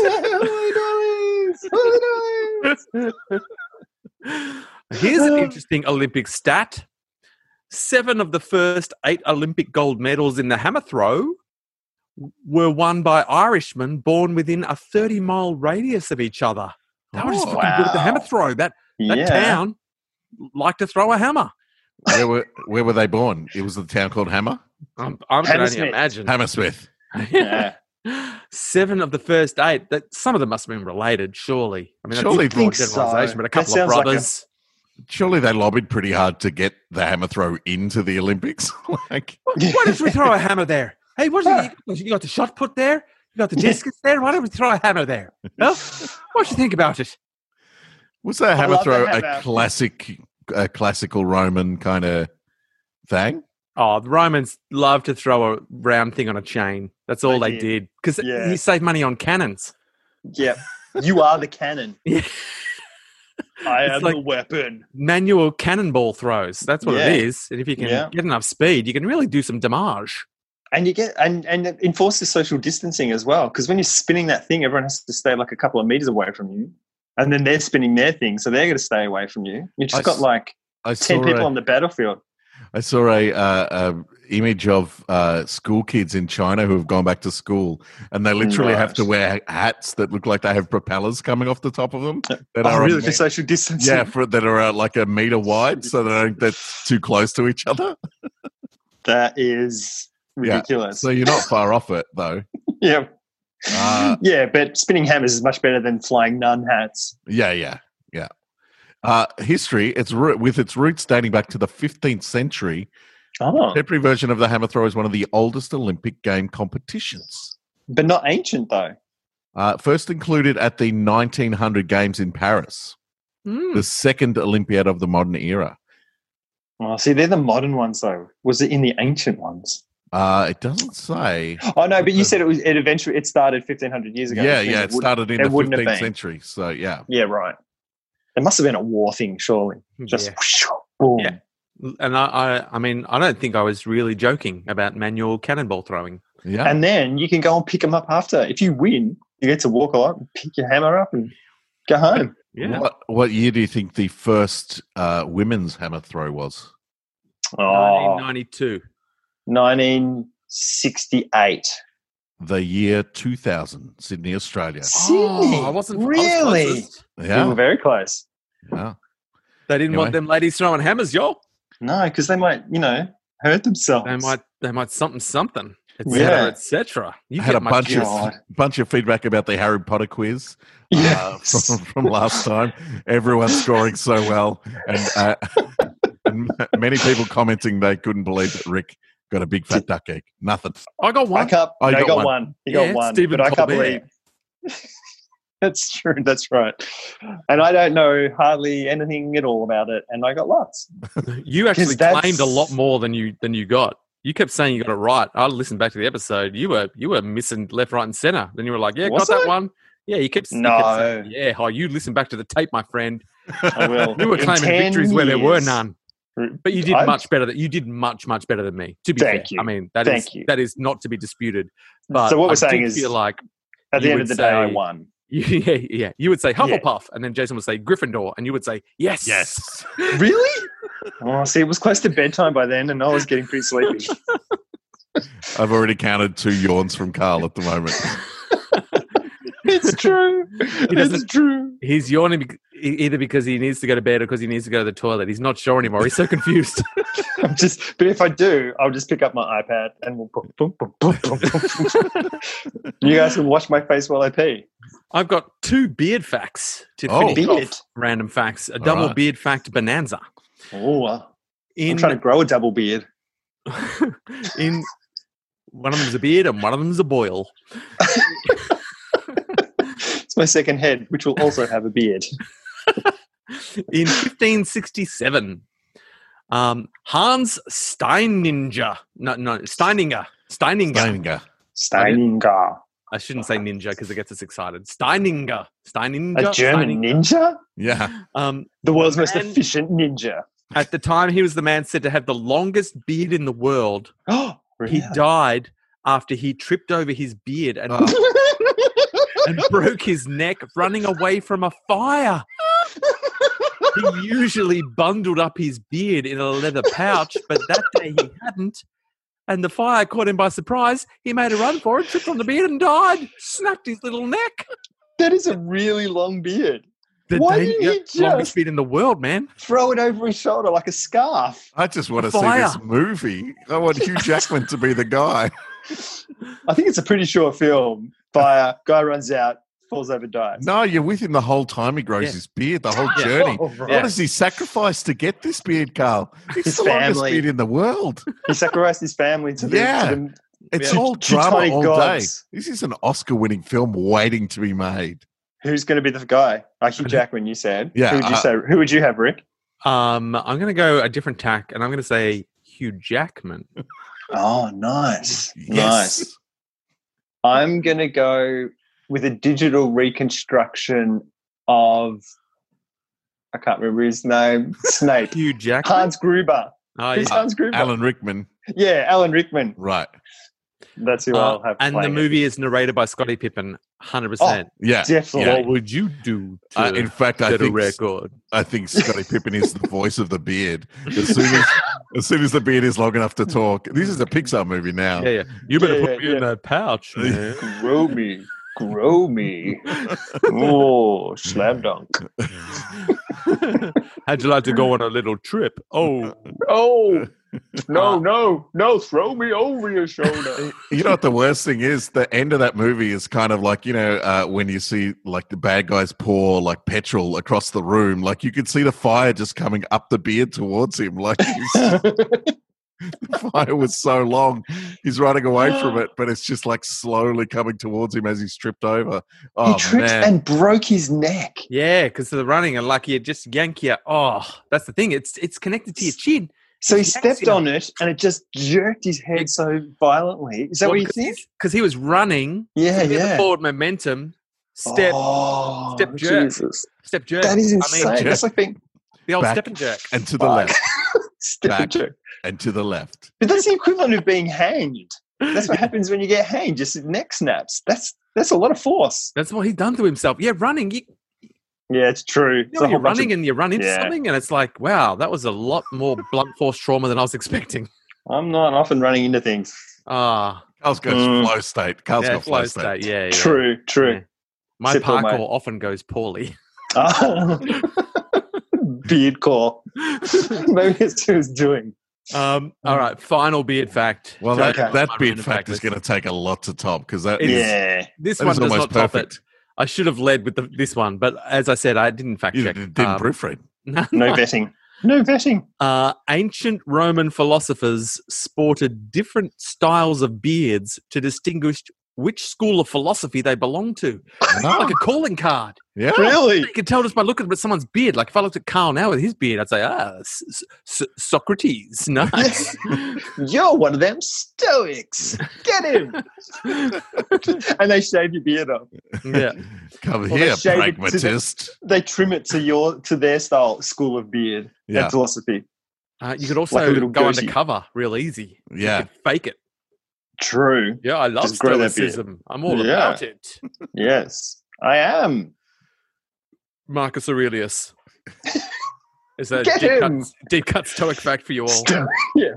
Speaker 4: Here's an interesting Olympic stat. Seven of the first eight Olympic gold medals in the hammer throw were won by Irishmen born within a 30 mile radius of each other. They were just
Speaker 1: Oh.
Speaker 4: fucking good at the hammer
Speaker 3: Wow.
Speaker 4: throw. That, that
Speaker 3: yeah.
Speaker 4: town liked to throw a hammer.
Speaker 1: Where were where were they born? It was the town called Hammer,
Speaker 4: I'm, I'm can only
Speaker 3: Hammersmith.
Speaker 4: imagine.
Speaker 1: Hammersmith.
Speaker 3: Yeah.
Speaker 4: Seven of the first eight. That some of them must have been related, surely. I mean, that's
Speaker 1: Surely
Speaker 4: a broad
Speaker 3: think so.
Speaker 4: generalisation, but a
Speaker 3: That
Speaker 4: couple of
Speaker 3: sounds like a-
Speaker 4: brothers.
Speaker 1: Surely they lobbied pretty hard to get the hammer throw into the Olympics. like,
Speaker 4: Why did we throw a hammer there? Hey, what
Speaker 3: Yeah.
Speaker 4: did you, you got the shot put there? You got the discus there? Why did we throw a hammer there? Huh? What you think about it?
Speaker 1: was that hammer
Speaker 3: love the
Speaker 1: throw a
Speaker 3: hammer.
Speaker 1: classic, a classical Roman kind of thing?
Speaker 4: Oh, the Romans love to throw a round thing on a chain. That's all
Speaker 3: They
Speaker 4: they
Speaker 3: did.
Speaker 4: did because
Speaker 3: Yeah.
Speaker 4: you save money on cannons.
Speaker 3: yeah. You are the cannon.
Speaker 4: Yeah.
Speaker 3: I
Speaker 4: It's
Speaker 3: am
Speaker 4: like-
Speaker 3: the weapon.
Speaker 4: Manual cannonball throws. That's what it
Speaker 3: Yeah.
Speaker 4: is. And if you can
Speaker 3: Yeah.
Speaker 4: get enough speed, you can really do some damage.
Speaker 3: And you get and and it enforces social distancing as well because when you're spinning that thing, everyone has to stay like a couple of meters away from you, and then they're spinning their thing, so they're going to stay away from you. You
Speaker 1: I
Speaker 3: just
Speaker 1: s-
Speaker 3: got like
Speaker 1: I
Speaker 3: ten
Speaker 1: saw
Speaker 3: people
Speaker 1: a-
Speaker 3: on the battlefield.
Speaker 1: I saw a, uh, a image of uh, school kids in China who have gone back to school, and they literally have to
Speaker 3: Nice.
Speaker 1: wear hats that look like they have propellers coming off the top of them. That
Speaker 3: Oh,
Speaker 1: are a
Speaker 3: really? For
Speaker 1: me-
Speaker 3: social distancing?
Speaker 1: yeah, for, that are uh, like a meter wide, so they don't that's too close to each other.
Speaker 3: that is
Speaker 1: Yeah.
Speaker 3: ridiculous.
Speaker 1: So you're not far off it though.
Speaker 3: Yeah.
Speaker 1: Uh,
Speaker 3: yeah, but spinning hammers is much better than flying nun hats.
Speaker 1: Yeah, yeah, yeah. Uh, history, its roo- with its roots dating back to the 15th century,
Speaker 3: Oh,
Speaker 1: Every version of the hammer throw is one of the oldest Olympic game competitions.
Speaker 3: but not ancient though.
Speaker 1: Uh, first included at the 1900 Games in Paris,
Speaker 4: Hmm.
Speaker 1: the second Olympiad of the modern era.
Speaker 3: Oh, see, they're the modern ones though. Was it in the ancient ones?
Speaker 1: Uh, it doesn't say.
Speaker 3: Oh no, but you said it was. It eventually it started fifteen hundred years ago.
Speaker 1: Yeah,
Speaker 3: which means
Speaker 1: yeah,
Speaker 3: it
Speaker 1: it
Speaker 3: would-
Speaker 1: started in
Speaker 3: there
Speaker 1: the
Speaker 3: wouldn't have
Speaker 1: 15th
Speaker 3: been.
Speaker 1: century. So, yeah.
Speaker 3: Yeah, right. It must have been a war thing, surely. Just whoosh, boom.
Speaker 4: Yeah. And I, I, I mean, I don't think I was really joking about manual cannonball throwing.
Speaker 1: Yeah.
Speaker 3: And then you can go and pick them up after. If you win, you get to walk along, pick your hammer up, and go home.
Speaker 1: What, what year do you think the first uh, women's hammer throw was?
Speaker 3: Oh,
Speaker 4: 1992.
Speaker 3: 1968.
Speaker 1: The year 2000, Sydney, Australia.
Speaker 3: Sydney.
Speaker 4: Oh, I wasn't I was
Speaker 3: really.
Speaker 4: closest.
Speaker 3: We were
Speaker 1: Yeah.
Speaker 3: very close.
Speaker 1: yeah.
Speaker 4: they didn't want
Speaker 1: Anyway.
Speaker 4: them ladies throwing hammers, y'all.
Speaker 3: No, because they might, you know, hurt themselves.
Speaker 4: They might, they might something something, etc.,
Speaker 3: Yeah.
Speaker 4: etc. You
Speaker 1: I had
Speaker 4: get
Speaker 1: a
Speaker 4: my
Speaker 1: bunch
Speaker 4: gist.
Speaker 1: of,
Speaker 3: God.
Speaker 1: bunch of feedback about the Harry Potter quiz. uh,
Speaker 3: Yes.
Speaker 1: from, from last time. Everyone scoring so well, and, uh, and m- many people commenting they couldn't believe that Rick got a big fat duck egg. Nothing.
Speaker 4: I got
Speaker 3: I
Speaker 4: one.
Speaker 3: can't.
Speaker 1: Oh,
Speaker 3: I
Speaker 1: you
Speaker 3: got,
Speaker 1: got one.
Speaker 3: one. You got
Speaker 4: Yeah,
Speaker 3: one.
Speaker 4: Stephen
Speaker 3: but I can't
Speaker 4: Colbert.
Speaker 3: believe. that's true. That's right. And I don't know hardly anything at all about it. And I got lots.
Speaker 4: You actually
Speaker 3: 'Cause that's-
Speaker 4: claimed a lot more than you than you got. You kept saying you got it right. I listened back to the episode. You were you were missing left, right, and center. Then you were like, "Yeah,
Speaker 3: Was
Speaker 4: got that
Speaker 3: I?
Speaker 4: one." Yeah, you kept. you kept saying,
Speaker 3: No.
Speaker 4: yeah, oh, you listen back to the tape, my friend.
Speaker 3: I will.
Speaker 4: You were
Speaker 3: In
Speaker 4: claiming
Speaker 3: 10
Speaker 4: victories where there were
Speaker 3: years.
Speaker 4: none. But you did
Speaker 3: I-
Speaker 4: much better. That you did much much better than me. To be
Speaker 3: Thank
Speaker 4: fair,
Speaker 3: you.
Speaker 4: I mean that is
Speaker 3: Thank you.
Speaker 4: that is not to be disputed. But
Speaker 3: so what
Speaker 4: I
Speaker 3: we're saying
Speaker 4: did
Speaker 3: is,
Speaker 4: feel like
Speaker 3: at the
Speaker 4: you
Speaker 3: end
Speaker 4: would
Speaker 3: of the day, I
Speaker 4: say-
Speaker 3: won.
Speaker 4: yeah yeah. You would say
Speaker 3: Yeah.
Speaker 4: Hufflepuff, and then Jason would say Gryffindor, and you would say yes
Speaker 1: Yes.
Speaker 3: Really? Oh, see, it was close to bedtime by then, and I was getting pretty sleepy.
Speaker 1: I've already counted two yawns from Carl at the moment.
Speaker 3: it's true. It's
Speaker 4: doesn't-
Speaker 3: true.
Speaker 4: He's yawning bec- e- either because he needs to go to bed or because he needs to go to the toilet. He's not sure anymore. He's so confused.
Speaker 3: I'm just, but if I do, I'll just pick up my iPad and we'll boom, boom, boom, boom, boom, boom. you guys can watch my face while I pee.
Speaker 4: I've got two beard facts to
Speaker 1: Oh.
Speaker 4: finish off
Speaker 3: Beard?
Speaker 4: random facts. A
Speaker 1: All
Speaker 4: double
Speaker 1: right.
Speaker 4: beard fact bonanza.
Speaker 3: Oh, uh, I'm
Speaker 4: In
Speaker 3: trying to grow a double beard.
Speaker 4: in one of them's a beard and one of them's a boil.
Speaker 3: It's my second head, which will also have a beard.
Speaker 4: In 1567, um, Hans Steininger, no, no, Steininger, Steininger.
Speaker 1: Geininger.
Speaker 3: Steininger.
Speaker 4: I shouldn't say ninja because it gets us excited. Steininger, Steininger,
Speaker 3: A German
Speaker 4: Steininger.
Speaker 3: ninja?
Speaker 1: Yeah.
Speaker 4: Um,
Speaker 3: The world's most
Speaker 4: Man.
Speaker 3: efficient ninja.
Speaker 4: At the time, he was the man said to have the longest beard in the world.
Speaker 3: Oh,
Speaker 4: He died after he tripped over his beard and,
Speaker 3: Oh.
Speaker 4: and broke his neck running away from a fire. He usually bundled up his beard in a leather pouch, but that day he hadn't. And the fire caught him by surprise. He made a run for it, tripped on the beard, and died. Snapped his little neck.
Speaker 3: That is a really long beard.
Speaker 4: The
Speaker 3: Why
Speaker 4: dang-
Speaker 3: didn't you
Speaker 4: yep, longest
Speaker 3: just-
Speaker 4: beat in the world, man.
Speaker 3: Throw it over his shoulder like a scarf.
Speaker 1: I just want to
Speaker 4: Fire.
Speaker 1: see this movie. I want Hugh Jackman to be the guy.
Speaker 3: I think it's a pretty short film. Fire, guy runs out, falls over, dies.
Speaker 1: No, you're with him the whole time he grows
Speaker 4: Yeah.
Speaker 1: his beard, the whole
Speaker 4: Yeah.
Speaker 1: journey.
Speaker 3: Oh,
Speaker 1: What
Speaker 3: right.
Speaker 1: does he sacrifice to get this beard, Carl? It's
Speaker 3: His
Speaker 1: the longest
Speaker 3: family.
Speaker 1: beard in the world.
Speaker 3: He sacrificed his family to the,
Speaker 1: Yeah.
Speaker 3: to the
Speaker 1: It's
Speaker 3: Yeah.
Speaker 1: all
Speaker 3: Teutonic
Speaker 1: drama all
Speaker 3: gods.
Speaker 1: day. This is an Oscar winning film waiting to be made.
Speaker 3: who's going to be the guy? Like Hugh Jackman, you said.
Speaker 1: Yeah, uh-huh.
Speaker 3: Who would you
Speaker 1: I-
Speaker 3: say? Who would you have, Rick?
Speaker 4: Um, I'm going to go a different tack, and I'm going to say Hugh Jackman.
Speaker 3: Oh, nice,
Speaker 1: Yes.
Speaker 3: nice. I'm going to go with a digital reconstruction of. I can't remember his name. Snape.
Speaker 4: Hugh Jackman.
Speaker 3: Hans Gruber.
Speaker 4: Oh,
Speaker 3: Who's
Speaker 4: yeah.
Speaker 3: Hans Gruber?
Speaker 1: Alan Rickman.
Speaker 3: Yeah, Alan Rickman.
Speaker 1: Right.
Speaker 3: That's who
Speaker 4: Uh,
Speaker 3: I'll have.
Speaker 4: and the
Speaker 3: playing it. Oh,
Speaker 4: movie is narrated by Scotty Pippen, hundred percent.
Speaker 1: Yeah.
Speaker 3: Definitely.
Speaker 1: Yeah.
Speaker 4: What would you do to
Speaker 1: Uh, in fact, I
Speaker 4: get a
Speaker 1: think
Speaker 4: record?
Speaker 1: I think Scotty Pippen is the voice of the beard. As soon as, as soon as the beard is long enough to talk, this is a Pixar movie now.
Speaker 4: Yeah, yeah. You better
Speaker 3: Yeah,
Speaker 4: put
Speaker 3: yeah,
Speaker 4: me in that pouch. man.
Speaker 3: Grow me. Grow me. oh, slam dunk.
Speaker 4: How'd you like to go on a little trip? Oh,
Speaker 3: Oh,
Speaker 4: no,
Speaker 3: no, no, throw me over your shoulder.
Speaker 1: You know what the worst thing is? The end of that movie is kind of like you know uh, when you see like the bad guys pour like petrol across the room. Like you could see the fire just coming up the beard towards him. Like his fire was so long, he's running away from it, but it's just like slowly coming towards him as he's tripped over. Oh
Speaker 3: he tripped
Speaker 1: man!
Speaker 3: and broke his neck.
Speaker 4: yeah, because the running and like you just yank you. Oh, that's the thing. It's it's connected to your chin.
Speaker 3: So he
Speaker 4: His neck's
Speaker 3: stepped
Speaker 4: in a-
Speaker 3: on it and it just jerked his head so violently. Is that what you think?
Speaker 4: Because he was running,
Speaker 3: Yeah,
Speaker 4: with the
Speaker 3: yeah.
Speaker 4: forward momentum, step
Speaker 3: oh,
Speaker 4: step jerk.
Speaker 3: Jesus.
Speaker 4: step jerk.
Speaker 3: That is
Speaker 4: I mean,
Speaker 3: insane. That's like being
Speaker 4: the old
Speaker 1: Back.
Speaker 4: step and jerk.
Speaker 1: And to the
Speaker 3: Fuck.
Speaker 1: left,
Speaker 3: step
Speaker 1: Back.
Speaker 3: jerk.
Speaker 1: and to the left.
Speaker 3: But that's the equivalent of being hanged. That's what happens when you get hanged. Just neck snaps. That's that's a lot of force.
Speaker 4: That's what he's done to himself. Yeah, running. You,
Speaker 3: Yeah, it's true.
Speaker 4: you know, you're running and you run into
Speaker 3: Yeah.
Speaker 4: something, and it's like, wow, that was a lot more blunt force trauma than I was expecting.
Speaker 3: I'm not often running into things.
Speaker 4: Ah,
Speaker 1: Carl's got
Speaker 3: Mm.
Speaker 1: flow state. Carl's
Speaker 4: yeah,
Speaker 1: got flow,
Speaker 4: flow
Speaker 1: state.
Speaker 4: state. Yeah, yeah.
Speaker 3: True, true.
Speaker 4: Yeah. My
Speaker 3: Sit on
Speaker 4: parkour
Speaker 3: my-
Speaker 4: often goes poorly.
Speaker 3: Ah. beard call. Maybe that's what he was doing.
Speaker 4: Um, all right, final beard fact.
Speaker 1: Well, that,
Speaker 3: Okay.
Speaker 1: that
Speaker 4: My
Speaker 1: beard
Speaker 4: random
Speaker 1: fact is
Speaker 4: list.
Speaker 1: going to take a lot to top because that
Speaker 4: It
Speaker 1: is,
Speaker 3: yeah.
Speaker 4: This
Speaker 1: that
Speaker 4: one
Speaker 1: is
Speaker 4: does
Speaker 1: almost
Speaker 4: not top
Speaker 1: perfect.
Speaker 4: it. I should have led with the, this one, but as I said, I didn't fact
Speaker 1: You
Speaker 4: check.
Speaker 1: didn't
Speaker 4: Um,
Speaker 1: proofread.
Speaker 4: no,
Speaker 3: No vetting. No vetting.
Speaker 4: uh, ancient Roman philosophers sported different styles of beards to distinguish which school of philosophy they belonged to. Like a calling card.
Speaker 1: Yeah.
Speaker 3: Really?
Speaker 4: You can tell just by looking at someone's beard. Like if I looked at Carl now with his beard, I'd say, ah, S- S- Socrates. Nice.
Speaker 3: You're one of them Stoics. Get him. and they shave your beard off.
Speaker 4: yeah.
Speaker 1: Come
Speaker 3: they
Speaker 1: here,
Speaker 3: shave it to the-
Speaker 1: pragmatist.
Speaker 3: They trim it to your to their style school of beard
Speaker 1: Yeah.
Speaker 3: and philosophy.
Speaker 4: Uh, you could also
Speaker 3: little
Speaker 4: go
Speaker 3: goatee.
Speaker 4: undercover real easy. You
Speaker 1: Yeah.
Speaker 4: could fake it.
Speaker 3: True.
Speaker 4: Yeah, I love
Speaker 3: Just grow that beard.
Speaker 4: stoicism. I'm all
Speaker 3: Yeah.
Speaker 4: about it.
Speaker 3: Yes. I am.
Speaker 4: Marcus Aurelius. It's a
Speaker 3: Get
Speaker 4: deep
Speaker 3: him!
Speaker 4: cut, deep cut stoic fact for you all.
Speaker 3: Stoic. yeah.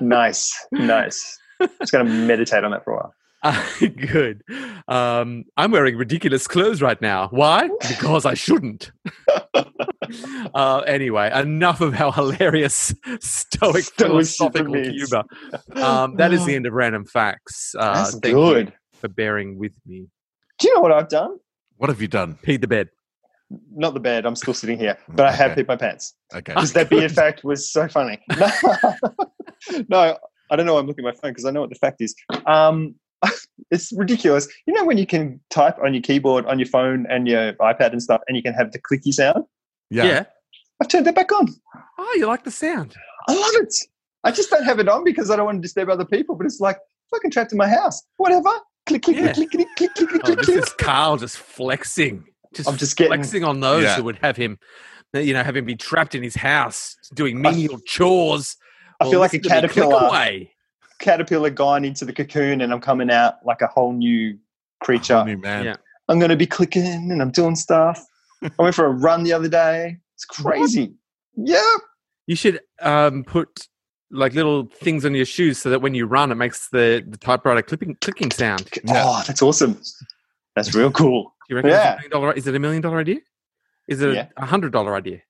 Speaker 3: nice. Nice. Just gonna meditate on that for a while.
Speaker 4: Uh, good. Um, I'm wearing ridiculous clothes right now. Why? Because I shouldn't. uh, anyway, enough of our hilarious stoic
Speaker 3: Stoicism
Speaker 4: philosophical
Speaker 3: is- Ah.
Speaker 4: humor. Um, that is the end of random facts. Uh,
Speaker 3: That's
Speaker 4: thank
Speaker 3: good.
Speaker 4: you for bearing with me.
Speaker 3: Do you know what I've done?
Speaker 1: What have you done?
Speaker 4: Pee the bed.
Speaker 3: Not the bed. I'm still sitting here, but I have
Speaker 1: Okay.
Speaker 3: peed my pants
Speaker 1: Okay.
Speaker 3: because that beard fact was so funny. No, no, I don't know. why I'm looking at my phone because I know what the fact is. Um, it's ridiculous. You know when you can type on your keyboard, on your phone, and your iPad and stuff, and you can have the clicky sound.
Speaker 1: Yeah.
Speaker 3: I've turned that back on.
Speaker 4: Oh, you like the sound.
Speaker 3: I love it. I just don't have it on because I don't want to disturb other people. But it's like fucking trapped in my house. Whatever. Click click
Speaker 4: Yeah.
Speaker 3: click click click click click
Speaker 4: Oh,
Speaker 3: click.
Speaker 4: this
Speaker 3: click.
Speaker 4: is Carl just flexing. Just,
Speaker 3: I'm just getting-
Speaker 4: flexing on those
Speaker 1: Yeah.
Speaker 4: who would have him, you know, have him be trapped in his house doing menial chores.
Speaker 3: I
Speaker 4: or
Speaker 3: feel like a
Speaker 4: listen to me click
Speaker 3: caterpillar.
Speaker 4: away.
Speaker 3: caterpillar gone into the cocoon and I'm coming out like a whole new creature.
Speaker 1: New man.
Speaker 4: Yeah.
Speaker 3: I'm going to be clicking and I'm doing stuff. I went for a run the other day. It's crazy. Yep.
Speaker 4: You should um, put like little things on your shoes so that when you run, it makes the, the typewriter clipping, clicking sound. Do
Speaker 1: Yeah.
Speaker 3: Oh, that's awesome. That's real cool.
Speaker 4: you reckon
Speaker 3: Yeah.
Speaker 4: it's a million dollar, is it a million dollar idea? Is it
Speaker 3: Yeah.
Speaker 4: a hundred dollar idea?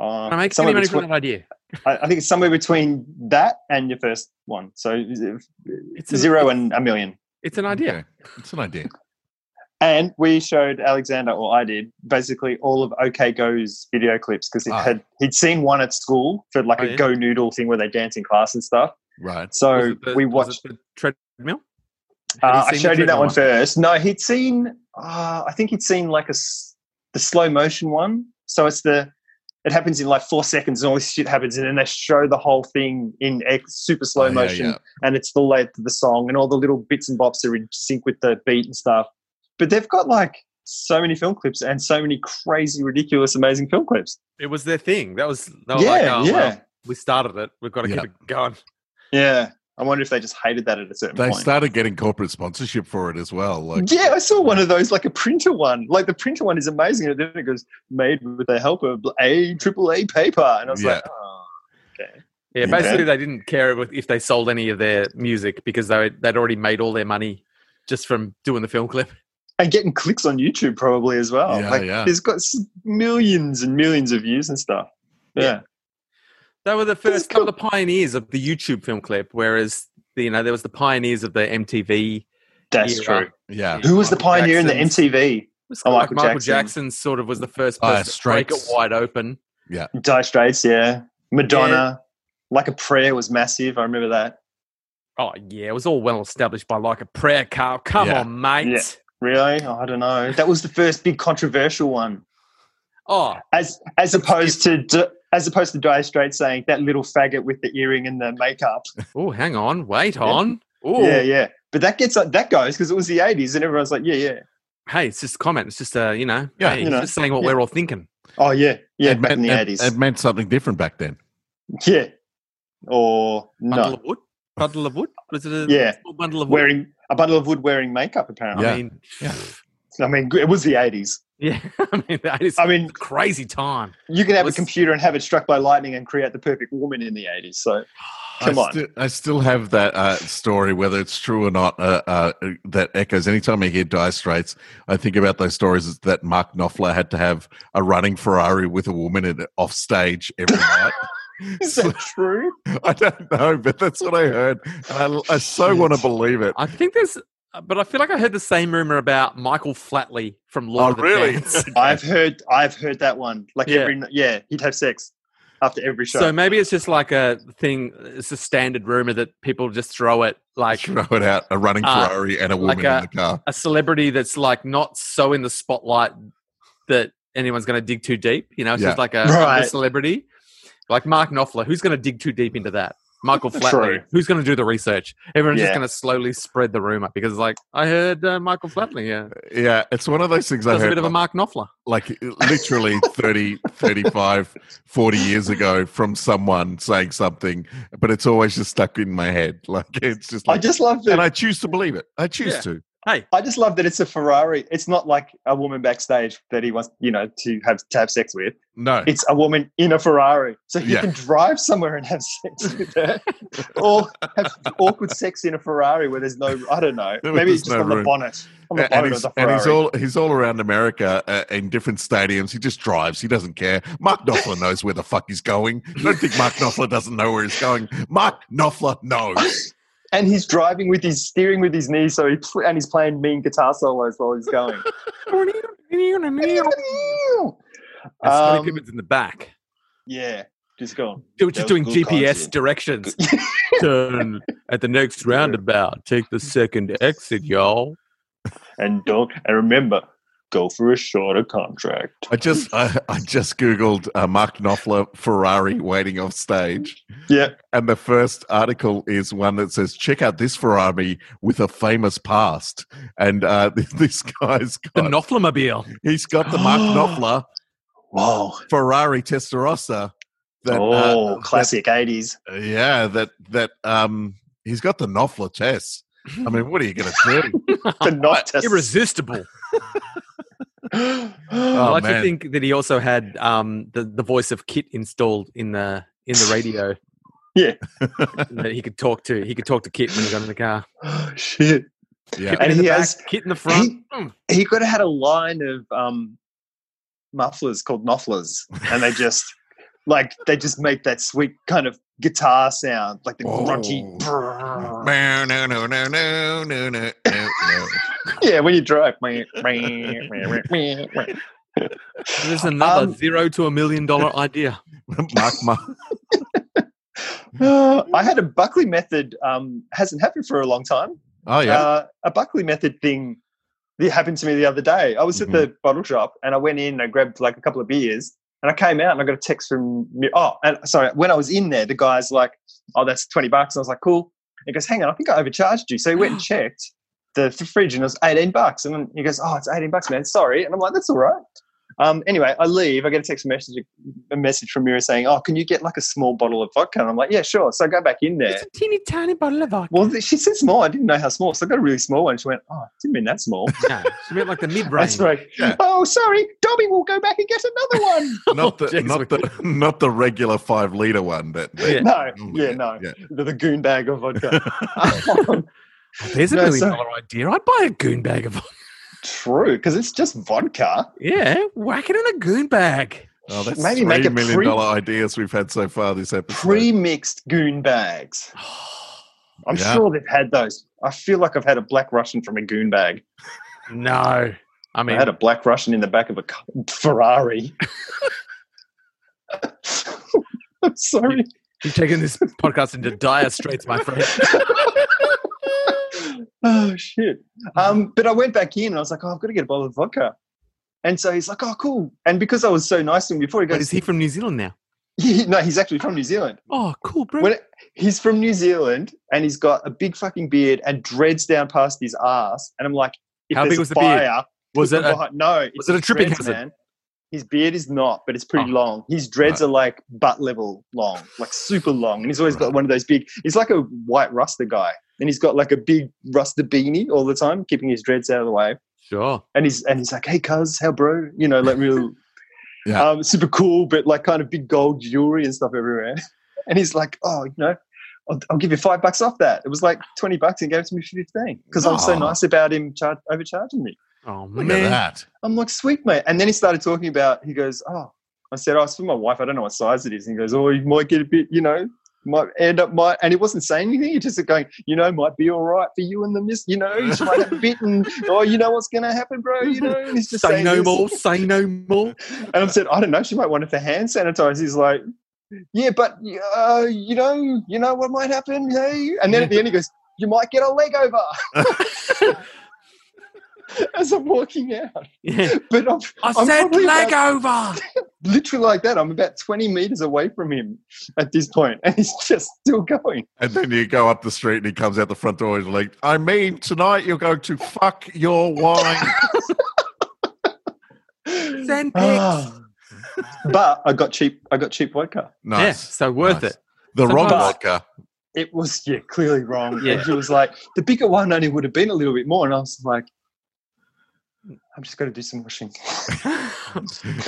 Speaker 3: Uh,
Speaker 4: Can I make any
Speaker 3: somewhere
Speaker 4: money
Speaker 3: between-
Speaker 4: from that idea?
Speaker 3: I, I think it's somewhere between that and your first one. So if-
Speaker 4: It's a-
Speaker 3: zero and a million.
Speaker 4: It's an idea.
Speaker 1: Okay. It's an idea.
Speaker 3: And we showed Alexander, or I did, basically all of OK Go's video clips because he
Speaker 1: Ah.
Speaker 3: had he'd seen one at school for like
Speaker 4: Oh,
Speaker 3: a
Speaker 4: yeah?
Speaker 3: Go Noodle thing where they dance in class and stuff.
Speaker 1: Right.
Speaker 4: Was
Speaker 3: So
Speaker 4: it the-
Speaker 3: we
Speaker 4: was it
Speaker 3: watched.
Speaker 4: the treadmill. Had he
Speaker 3: Uh, I
Speaker 4: seen the
Speaker 3: showed you that
Speaker 4: treadmill
Speaker 3: one first. No, he'd seen. Uh, I think he'd seen like a s- the slow motion one. So it's the it happens in like four seconds, and all this shit happens, and then they show the whole thing in ex- super slow
Speaker 1: Oh, yeah,
Speaker 3: motion,
Speaker 1: yeah.
Speaker 3: and it's the length of the song, and all the little bits and bops are in sync with the beat and stuff. But they've got like so many film clips and so many crazy, ridiculous, amazing film clips.
Speaker 4: It was their thing. That was they
Speaker 3: Yeah,
Speaker 4: were like, oh,
Speaker 3: yeah,
Speaker 4: well, we started it. We've got to
Speaker 1: Yeah.
Speaker 4: keep it going.
Speaker 3: yeah. I wonder if they just hated that at a certain
Speaker 1: They
Speaker 3: point.
Speaker 1: started getting corporate sponsorship for it as well. Like,
Speaker 3: yeah, I saw one of those, like a printer one. Like the printer one is amazing, and then it goes made with the help of a triple A paper, and I was like, oh.
Speaker 4: Yeah,
Speaker 3: Yeah.
Speaker 4: basically they didn't care if- if they sold any of their music because they they'd already made all their money just from doing the film clip.
Speaker 3: and getting clicks on YouTube probably as well.
Speaker 1: Yeah,
Speaker 3: like,
Speaker 1: yeah.
Speaker 3: there's got s- millions and millions of views and stuff. Yeah,
Speaker 4: They were the first
Speaker 3: cool.
Speaker 4: couple of pioneers of the YouTube film clip, whereas you know there was the pioneers of the MTV.
Speaker 3: that's
Speaker 4: Yeah.
Speaker 3: true.
Speaker 1: yeah.
Speaker 3: Who was the
Speaker 4: Michael
Speaker 3: pioneer
Speaker 4: Jackson's-
Speaker 3: in the MTV?
Speaker 4: It was kind
Speaker 3: Oh,
Speaker 4: of like
Speaker 3: Michael
Speaker 4: Michael Jackson.
Speaker 3: Jackson.
Speaker 4: sort of was the first
Speaker 1: Uh,
Speaker 4: person to break it
Speaker 1: Straits.
Speaker 4: wide open.
Speaker 3: Dire Straits, yeah. Madonna, like a prayer was massive. I remember that.
Speaker 4: Oh yeah, it was all well established by like a prayer Carl. Come
Speaker 1: Yeah.
Speaker 4: on, mate.
Speaker 3: Yeah. Really, Oh, I don't know. That was the first big controversial one.
Speaker 4: Oh,
Speaker 3: as as opposed to d- as opposed to Dire Straits saying that little faggot with the earring and the makeup.
Speaker 4: oh, hang on, wait on. Oh,
Speaker 3: Yeah, yeah. But that gets that goes because it was the eighties and everyone's like, yeah, yeah.
Speaker 4: hey, it's just a comment. It's just uh, you know,
Speaker 1: Yeah,
Speaker 4: hey,
Speaker 3: you
Speaker 4: it's
Speaker 3: know,
Speaker 4: just saying what
Speaker 3: yeah.
Speaker 4: we're all thinking.
Speaker 3: Oh yeah, yeah.
Speaker 1: It
Speaker 3: back in
Speaker 1: meant-
Speaker 3: the
Speaker 1: it-
Speaker 3: eighties,
Speaker 1: It meant something different back then.
Speaker 3: yeah. Or
Speaker 4: Bundle
Speaker 3: no,
Speaker 4: of wood. Bundle of wood. Was it a
Speaker 3: Yeah.
Speaker 4: small bundle of wood?
Speaker 3: wearing a bundle of wood wearing makeup.
Speaker 4: I
Speaker 3: Apparently,
Speaker 1: Yeah.
Speaker 4: mean,
Speaker 1: Yeah.
Speaker 3: I mean, it was the eighties.
Speaker 4: yeah. I mean, that is
Speaker 3: I mean,
Speaker 4: a crazy time.
Speaker 3: you can have
Speaker 4: Was-
Speaker 3: a computer and have it struck by lightning and create the perfect woman in the eighties. So Come
Speaker 1: I
Speaker 3: on.
Speaker 1: sti- I still have that uh, story, whether it's true or not, uh, uh, that echoes. Anytime I hear Dire Straits, I think about those stories that Mark Knopfler had to have a running Ferrari with a woman in it off stage every night.
Speaker 3: is that true?
Speaker 1: I don't know, but that's what I heard. And I, I so
Speaker 3: Shit.
Speaker 1: want to believe it.
Speaker 4: I think there's, uh, but I feel like I heard the same rumor about Michael Flatley from Lord
Speaker 1: Oh,
Speaker 4: of the
Speaker 1: really?
Speaker 4: Dance.
Speaker 3: I've heard I've heard that one. Like
Speaker 4: Yeah.
Speaker 3: every n- yeah, he'd have sex after every show.
Speaker 4: so maybe it's just like a thing. It's a standard rumor that people just throw it
Speaker 1: I
Speaker 4: like
Speaker 1: throw it out a running
Speaker 4: Uh,
Speaker 1: Ferrari and a woman
Speaker 4: like a-
Speaker 1: in the car.
Speaker 4: a celebrity that's like not so in the spotlight that anyone's going to dig too deep. You know, it's just
Speaker 1: Yeah.
Speaker 4: like a
Speaker 3: Right.
Speaker 4: a celebrity like Mark Knopfler. Who's going to dig too deep into that? Michael Flatley.
Speaker 3: True.
Speaker 4: Who's going to do the research? Everyone's
Speaker 3: Yeah.
Speaker 4: just going to slowly spread the rumor because, like, I heard uh, Michael Flatley. Yeah,
Speaker 1: Yeah, it's one of those things I
Speaker 4: does a
Speaker 1: heard.
Speaker 4: bit of a Mark Knopfler.
Speaker 1: like literally 30 35 40 years ago from someone saying something but it's always just stuck in my head like it's just
Speaker 3: I
Speaker 1: like
Speaker 3: just love that
Speaker 1: and i choose to believe it i choose
Speaker 4: Yeah.
Speaker 1: to
Speaker 4: Hey,
Speaker 3: I just love that it's a Ferrari. It's not like a woman backstage that he wants, you know, to have to have sex with.
Speaker 1: no
Speaker 3: It's a woman in a Ferrari, so he
Speaker 1: Yeah.
Speaker 3: can drive somewhere and have sex with her, or have awkward sex in a Ferrari where there's no, I don't know,
Speaker 1: There
Speaker 3: maybe
Speaker 1: was
Speaker 3: it's
Speaker 1: no
Speaker 3: just on the
Speaker 1: room.
Speaker 3: bonnet, on
Speaker 1: A-
Speaker 3: the
Speaker 1: and
Speaker 3: bonnet of
Speaker 1: he's,
Speaker 3: the
Speaker 1: and
Speaker 3: Ferrari.
Speaker 1: he's all he's all around America uh, in different stadiums. He just drives. He doesn't care. Mark Knopfler knows where the fuck he's going. Don't think Mark Knopfler doesn't know where he's going. Mark Knopfler knows.
Speaker 3: and he's driving with his steering with his knees, so he pl- and he's playing mean guitar solos while he's going.
Speaker 4: and Scotty
Speaker 3: Um,
Speaker 4: Pippen's in the back.
Speaker 3: yeah, just go.
Speaker 4: They were just
Speaker 7: was
Speaker 4: doing
Speaker 7: good
Speaker 4: GPS
Speaker 7: content.
Speaker 4: directions. Turn at the next roundabout. Take the second exit, y'all.
Speaker 3: and don't and remember, go for a shorter contract.
Speaker 1: I just I, I just googled uh, Mark Knopfler Ferrari waiting off stage.
Speaker 3: Yeah.
Speaker 1: And the first article is one that says, check out this Ferrari with a famous past. And uh, this, this guy's
Speaker 4: The
Speaker 1: got,
Speaker 4: Knopflermobile.
Speaker 1: he's got the Mark Knopfler
Speaker 3: Wow.
Speaker 1: Ferrari Testarossa. That, uh,
Speaker 3: oh,
Speaker 1: that-
Speaker 3: classic eighties.
Speaker 1: yeah, that, that, um, he's got the Knopfler test. I mean, what are you going to do?
Speaker 3: The not test.
Speaker 4: Irresistible.
Speaker 1: Oh,
Speaker 4: I like to
Speaker 1: man.
Speaker 4: think that he also had um, the the voice of Kit installed in the in the radio.
Speaker 3: Yeah.
Speaker 4: that he could talk to. He could talk to Kit when he got in the car.
Speaker 3: Oh, Shit.
Speaker 1: yeah.
Speaker 4: Kit
Speaker 3: And
Speaker 4: in the
Speaker 3: he
Speaker 4: back,
Speaker 3: has-
Speaker 1: Hmm.
Speaker 4: Kit in the front.
Speaker 3: He could have had a line of um mufflers called mufflers, and they just like they just make that sweet kind of guitar sound, like the grungy.
Speaker 1: Oh.
Speaker 3: brrrr.
Speaker 1: No, no, no, no, no, no, no, no, no.
Speaker 3: Yeah, when you drive. That's
Speaker 4: There's another
Speaker 3: Um,
Speaker 4: zero to a million dollar idea.
Speaker 1: Mark, Mark.
Speaker 3: Uh, I had a Buckley method. Um, hasn't happened for a long time.
Speaker 1: Oh yeah.
Speaker 3: Uh, a Buckley method thing that happened to me the other day. I was at
Speaker 1: Mm-hmm.
Speaker 3: the bottle shop and I went in. and I grabbed like a couple of beers and I came out and I got a text from oh, and sorry. When I was in there, the guy's like, "Oh, that's twenty bucks." And I was like, "Cool." He goes, "Hang on, I think I overcharged you." So he went and checked the, the fridge and it was eighteen bucks. And then he goes, "Oh, it's eighteen bucks, man. Sorry." And I'm like, "That's all right." Um, anyway, I leave. I get a text message, a message from Mira saying, "Oh, can you get like a small bottle of vodka?" And I'm like, "Yeah, sure." So I go back in there.
Speaker 4: It's a teeny tiny bottle of vodka.
Speaker 3: Well, th- she said small. I didn't know how small, so I got a really small one. She went, "Oh, I didn't mean that small."
Speaker 4: no, it's a bit like the mid range.
Speaker 3: That's right.
Speaker 1: Yeah.
Speaker 3: Oh, sorry, Dobby will go back and get another one.
Speaker 1: not the
Speaker 4: Oh, jeez.
Speaker 1: not the not the regular five liter one that. that-
Speaker 3: no,
Speaker 1: Oh,
Speaker 3: yeah, no,
Speaker 1: yeah.
Speaker 3: the, the goon bag of vodka. Um,
Speaker 4: There's a
Speaker 3: No,
Speaker 4: million
Speaker 3: so-
Speaker 4: dollar idea. I'd buy a goon bag of
Speaker 3: true, because it's just vodka.
Speaker 4: Yeah, whack it in a goon bag.
Speaker 1: Oh, that's
Speaker 3: Maybe
Speaker 1: three
Speaker 3: make it
Speaker 1: million
Speaker 3: pre-
Speaker 1: dollar ideas we've had so far this episode.
Speaker 3: Pre-mixed goon bags. I'm
Speaker 1: Yeah.
Speaker 3: sure they've had those. I feel like I've had a black Russian from a goon bag.
Speaker 4: No. I
Speaker 3: I
Speaker 4: mean,
Speaker 3: had a black Russian in the back of a ca- Ferrari. I'm sorry.
Speaker 4: you're taking this podcast into dire straits, my friend.
Speaker 3: oh shit! Um, but I went back in and I was like, "Oh, I've got to get a bottle of vodka." And so he's like, "Oh, cool." And because I was so nice to him before, he
Speaker 4: But
Speaker 3: goes,
Speaker 4: is he from New Zealand now?
Speaker 3: "No, he's actually from New Zealand.
Speaker 4: Oh, cool, bro.
Speaker 3: When he's from New Zealand, and he's got a big fucking beard and dreads down past his ass." And I'm like, if
Speaker 4: How
Speaker 3: there's
Speaker 4: big
Speaker 3: a
Speaker 4: was the beard?
Speaker 3: fire,
Speaker 4: was it? A,
Speaker 3: behind- no, it's
Speaker 4: it a
Speaker 3: his
Speaker 4: tripping
Speaker 3: dreads,
Speaker 4: hazard?
Speaker 3: Man. His beard is not, but it's pretty
Speaker 4: Oh.
Speaker 3: long. His dreads are like butt level long, like super long. And he's always got one of those big, he's like a white Rasta guy. And he's got like a big Rasta beanie all the time, keeping his dreads out of the way.
Speaker 4: sure.
Speaker 3: And he's and he's like, hey, cuz, how bro? You know, like real,
Speaker 1: Yeah.
Speaker 3: um, super cool, but like kind of big gold jewelry and stuff everywhere. And he's like, oh, you know, I'll, I'll give you five bucks off that. It was like 20 bucks and he gave it to me for 15 because I was so
Speaker 1: Aw.
Speaker 3: nice about him char- overcharging me.
Speaker 4: Oh,
Speaker 1: Look
Speaker 4: man.
Speaker 1: at that.
Speaker 3: I'm like, sweet, mate. And then he started talking about, he goes, oh, I said, oh, it's for my wife. I don't know what size it is. And he goes, oh, you might get a bit, you know, might end up, might. And he wasn't saying anything. He just going, you know, might be all right for you and the miss, you know, you might have a bit and, oh, you know what's going to happen, bro, you know. And he's just
Speaker 4: Say
Speaker 3: saying
Speaker 4: no
Speaker 3: this.
Speaker 4: more. Say no more.
Speaker 3: And I said, I don't know. She might want it for hand sanitizer. He's like, yeah, but, uh, you know, you know what might happen, hey? And then at the end, he goes, you might get a leg over. As I'm walking out,
Speaker 4: Yeah.
Speaker 3: but I'm,
Speaker 4: I
Speaker 3: I'm
Speaker 4: said
Speaker 3: probably about-
Speaker 4: leg over.
Speaker 3: literally like that. I'm about 20 meters away from him at this point, and he's just still going.
Speaker 1: And then you go up the street and he comes out the front door and he's like, I mean, tonight you're going to fuck your wine.
Speaker 4: Send pics.
Speaker 3: Ah. but I got cheap. I got cheap vodka.
Speaker 4: Yeah,
Speaker 1: nice.
Speaker 4: so worth
Speaker 1: nice.
Speaker 4: it.
Speaker 1: The wrong
Speaker 4: Sometimes-
Speaker 1: vodka.
Speaker 3: It was yeah, clearly wrong.
Speaker 4: Yeah.
Speaker 3: And she was like, the bigger one only would have been a little bit more, and I was like, I'm just going to do some washing.
Speaker 1: And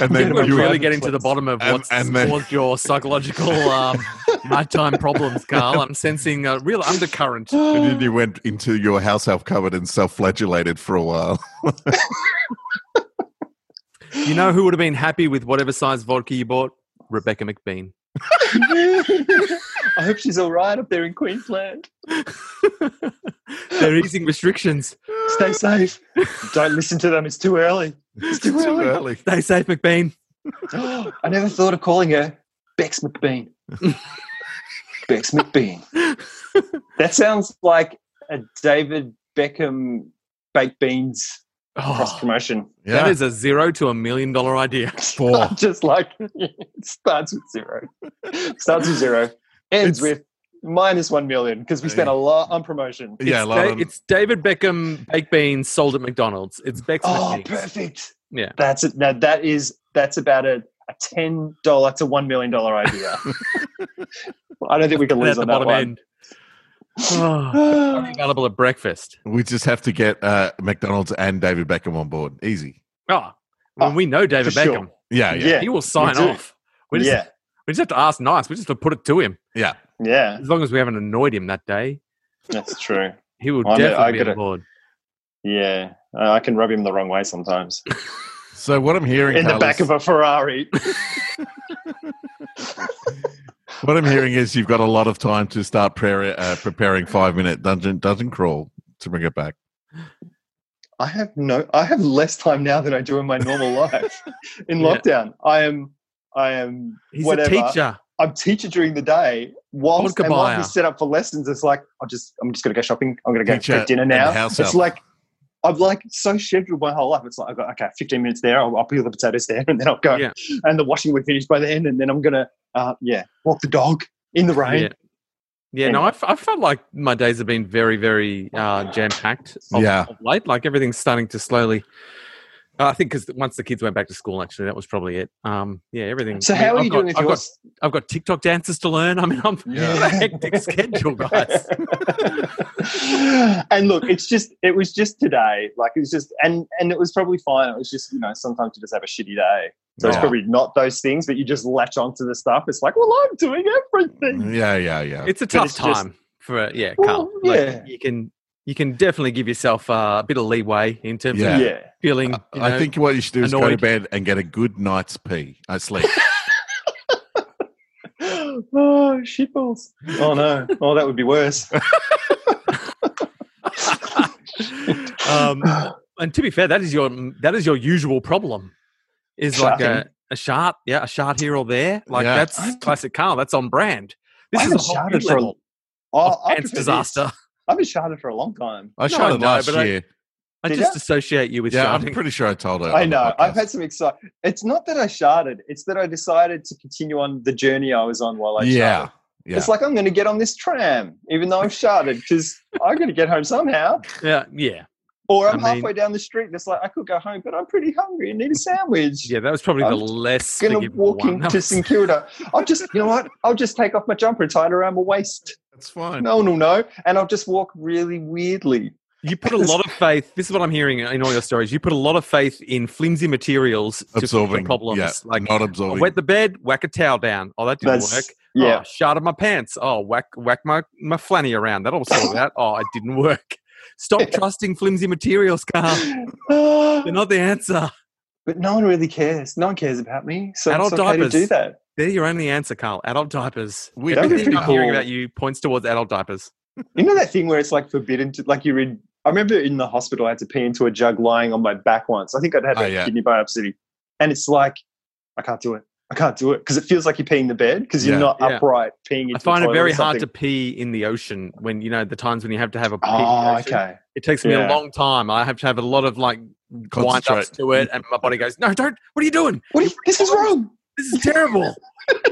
Speaker 3: Yeah,
Speaker 1: then
Speaker 3: but
Speaker 4: We're
Speaker 1: you,
Speaker 3: really
Speaker 4: really
Speaker 3: have-
Speaker 4: getting to the bottom of
Speaker 1: And-
Speaker 4: what's
Speaker 1: and then-
Speaker 4: caused your psychological um, nighttime problems, Carl. I'm sensing a real undercurrent.
Speaker 1: and then you went into your house half covered and self flagellated for a while.
Speaker 4: You know who would have been happy with whatever size vodka you bought? Rebecca McBean.
Speaker 3: I hope she's all right up there in Queensland.
Speaker 4: They're easing restrictions.
Speaker 3: Stay safe. Don't listen to them. It's too early. It's too
Speaker 1: Too
Speaker 3: early.
Speaker 1: early.
Speaker 4: Stay safe, McBean.
Speaker 3: I never thought of calling her Bex McBean. Bex McBean. That sounds like a David Beckham baked beans cross
Speaker 4: Oh,
Speaker 3: promotion.
Speaker 4: That
Speaker 1: Yeah.
Speaker 4: is a zero to a million dollar idea.
Speaker 1: Four.
Speaker 3: Just like it starts with zero, starts with zero, ends
Speaker 1: It's-
Speaker 3: with minus one million because we spent a lot on promotion.
Speaker 1: Yeah,
Speaker 4: it's,
Speaker 1: a lot
Speaker 4: Da-
Speaker 1: of-
Speaker 4: it's David Beckham baked beans sold at McDonald's. It's Beck's
Speaker 3: Oh,
Speaker 4: McBeans.
Speaker 3: perfect.
Speaker 4: Yeah.
Speaker 3: That's it. Now that is that's about a, a ten dollar to one million dollar idea. I don't think we can
Speaker 4: And
Speaker 3: lose
Speaker 4: at the
Speaker 3: on that
Speaker 4: bottom
Speaker 3: one.
Speaker 4: end. Oh,
Speaker 3: Ah.
Speaker 4: available at breakfast.
Speaker 1: We just have to get uh, McDonald's and David Beckham on board. Easy.
Speaker 4: Oh, well,
Speaker 3: Oh,
Speaker 4: we know David
Speaker 3: for
Speaker 4: Beckham.
Speaker 3: sure.
Speaker 1: Yeah, yeah.
Speaker 3: Yeah.
Speaker 4: He will sign
Speaker 3: do.
Speaker 4: off. We just,
Speaker 3: yeah.
Speaker 4: we just have to ask nice. We just have to put it to him.
Speaker 3: Yeah.
Speaker 4: As long as we haven't annoyed him that day,
Speaker 3: That's true.
Speaker 4: he will
Speaker 3: I'm gonna- I
Speaker 4: definitely be
Speaker 3: gotta-
Speaker 4: on board.
Speaker 3: Yeah. Uh, I can rub him the wrong way sometimes.
Speaker 1: So what I'm hearing,
Speaker 3: in the back
Speaker 1: Carlos-
Speaker 3: of a Ferrari.
Speaker 1: What I'm hearing is you've got a lot of time to start prayer, uh, preparing five minute dungeon dungeon crawl to bring it back.
Speaker 3: I have no. I have less time now than I do in my normal life. In
Speaker 4: Yeah.
Speaker 3: lockdown, I am. I am.
Speaker 4: He's
Speaker 3: whatever.
Speaker 4: a teacher.
Speaker 3: I'm teacher during the day. Whilst
Speaker 4: Vodka
Speaker 3: and while
Speaker 4: buyer.
Speaker 3: we set up for lessons, it's like I just. I'm just going to go shopping. I'm going to go
Speaker 1: Teacher
Speaker 3: get dinner
Speaker 1: and
Speaker 3: now.
Speaker 1: house
Speaker 3: It's
Speaker 1: help.
Speaker 3: like. I've like so scheduled my whole life. It's like I've got okay, 15 minutes there. I'll, I'll peel the potatoes there, and then I'll go.
Speaker 4: Yeah.
Speaker 3: And the washing will be finished by then, and then I'm gonna, uh, yeah, walk the dog in the rain.
Speaker 4: Yeah. Yeah, no, I, f- I felt like my days have been very, very uh, jam packed of,
Speaker 1: Yeah.
Speaker 4: of late. Like everything's starting to slowly. uh, I think because once the kids went back to school, actually, that was probably it. Um, yeah, everything.
Speaker 3: So
Speaker 4: I mean,
Speaker 3: how are
Speaker 4: I've
Speaker 3: you
Speaker 4: got-
Speaker 3: doing with
Speaker 4: I've got-
Speaker 3: yours?
Speaker 4: I've got TikTok dances to learn. I mean, I'm on a hectic schedule, guys.
Speaker 3: and look, it's just it was just today. Like it was just and and it was probably fine. It was just you know sometimes you just have a shitty day, so it's
Speaker 1: Yeah.
Speaker 3: probably not those things. But you just latch onto the stuff. It's like, well, I'm doing everything.
Speaker 1: Yeah, yeah, yeah.
Speaker 4: It's a tough
Speaker 3: it's just-
Speaker 4: time for uh, yeah,
Speaker 3: Well,
Speaker 4: Carl. Like,
Speaker 3: yeah.
Speaker 4: you can you can definitely give yourself uh, a bit of leeway in terms
Speaker 1: Yeah.
Speaker 4: of
Speaker 3: yeah.
Speaker 4: feeling. you
Speaker 1: I
Speaker 4: know,
Speaker 1: think what you should do is go to
Speaker 4: annoyed.
Speaker 1: bed and get a good night's pee. I sleep.
Speaker 3: oh shitballs! Oh no! Oh, that would be worse.
Speaker 4: um, and to be fair, that is your that is your usual problem. Is like a,
Speaker 3: Sharking.
Speaker 4: a shart, yeah, a shart here or there. Like
Speaker 1: Yeah.
Speaker 4: that's classic Carl. That's on brand.
Speaker 3: I
Speaker 4: This is
Speaker 3: haven't
Speaker 4: a whole new
Speaker 3: shouted for a-
Speaker 4: level
Speaker 3: Oh,
Speaker 4: of
Speaker 3: I prefer this.
Speaker 4: pants disaster.
Speaker 3: I haven't shouted for a long time.
Speaker 1: I
Speaker 4: No,
Speaker 1: shot
Speaker 4: I
Speaker 1: it
Speaker 4: know,
Speaker 1: last
Speaker 4: but I-
Speaker 1: year.
Speaker 4: I
Speaker 3: Did
Speaker 4: just
Speaker 3: ya?
Speaker 4: associate you with
Speaker 1: Yeah, I'm
Speaker 4: shouting.
Speaker 1: pretty sure I told her.
Speaker 3: I
Speaker 1: on the
Speaker 3: know. I've
Speaker 1: podcast.
Speaker 3: had some exciting. It's not that I sharded. It's that I decided to continue on the journey I was on while I sharded.
Speaker 1: yeah, yeah.
Speaker 3: It's like I'm going to get on this tram, even though I'm sharded, because I'm going to get home somehow.
Speaker 4: yeah, yeah,
Speaker 3: Or I'm
Speaker 4: I mean-
Speaker 3: halfway down the street. and It's like I could go home, but I'm pretty hungry and need a sandwich.
Speaker 4: yeah. That was probably
Speaker 3: I'm
Speaker 4: the less
Speaker 3: going to
Speaker 4: forgivable
Speaker 3: walk
Speaker 4: one. That
Speaker 3: into
Speaker 4: was-
Speaker 3: St Kilda. I'll just, you know what? I'll just take off my jumper and tie it around my waist.
Speaker 1: that's fine.
Speaker 3: No one will know, and I'll just walk really weirdly.
Speaker 4: You put a lot of faith. This is what I'm hearing in all your stories. You put a lot of faith in flimsy materials to fix the
Speaker 1: absorbing
Speaker 4: problems.
Speaker 1: yeah,
Speaker 4: like
Speaker 1: not
Speaker 4: I
Speaker 1: absorbing.
Speaker 4: wet the bed, whack a towel down. Oh, that didn't
Speaker 3: That's
Speaker 4: work.
Speaker 3: yeah.
Speaker 4: Oh, shot of my pants. Oh, whack whack my, my flanny around. That'll sort it out. Oh, it didn't work. Stop trusting flimsy materials, Carl. They're Oh. not the answer.
Speaker 3: but no one really cares. No one cares about me, so
Speaker 4: Adult
Speaker 3: it's okay
Speaker 4: diapers.
Speaker 3: to do that.
Speaker 4: They're your only answer, Carl. Adult diapers.
Speaker 1: We-
Speaker 3: That'd be
Speaker 4: Everything
Speaker 3: pretty
Speaker 4: I'm hearing
Speaker 3: cool.
Speaker 4: about you points towards adult diapers.
Speaker 3: You know that thing where it's like forbidden to, like you're in. I remember in the hospital, I had to pee into a jug lying on my back once. I think I'd had
Speaker 1: Oh,
Speaker 3: a
Speaker 1: yeah.
Speaker 3: kidney biopsy, and it's like I can't do it. I can't do it because it feels like you're peeing the bed because you're
Speaker 1: Yeah.
Speaker 3: not
Speaker 4: Yeah.
Speaker 3: upright peeing. Into
Speaker 4: I find
Speaker 3: the
Speaker 4: it
Speaker 3: toilet
Speaker 4: very
Speaker 3: or
Speaker 4: hard to
Speaker 3: something.
Speaker 4: pee in the ocean when you know the times when you have to have a pee. in the
Speaker 3: Oh,
Speaker 4: ocean.
Speaker 3: okay.
Speaker 4: It takes me
Speaker 3: Yeah.
Speaker 4: a long time. I have to have a lot of like wind ups
Speaker 1: Concentrate.
Speaker 4: to it, and my body goes, "No, don't! What are you doing?
Speaker 3: What? Are you, this is wrong.
Speaker 4: This is terrible."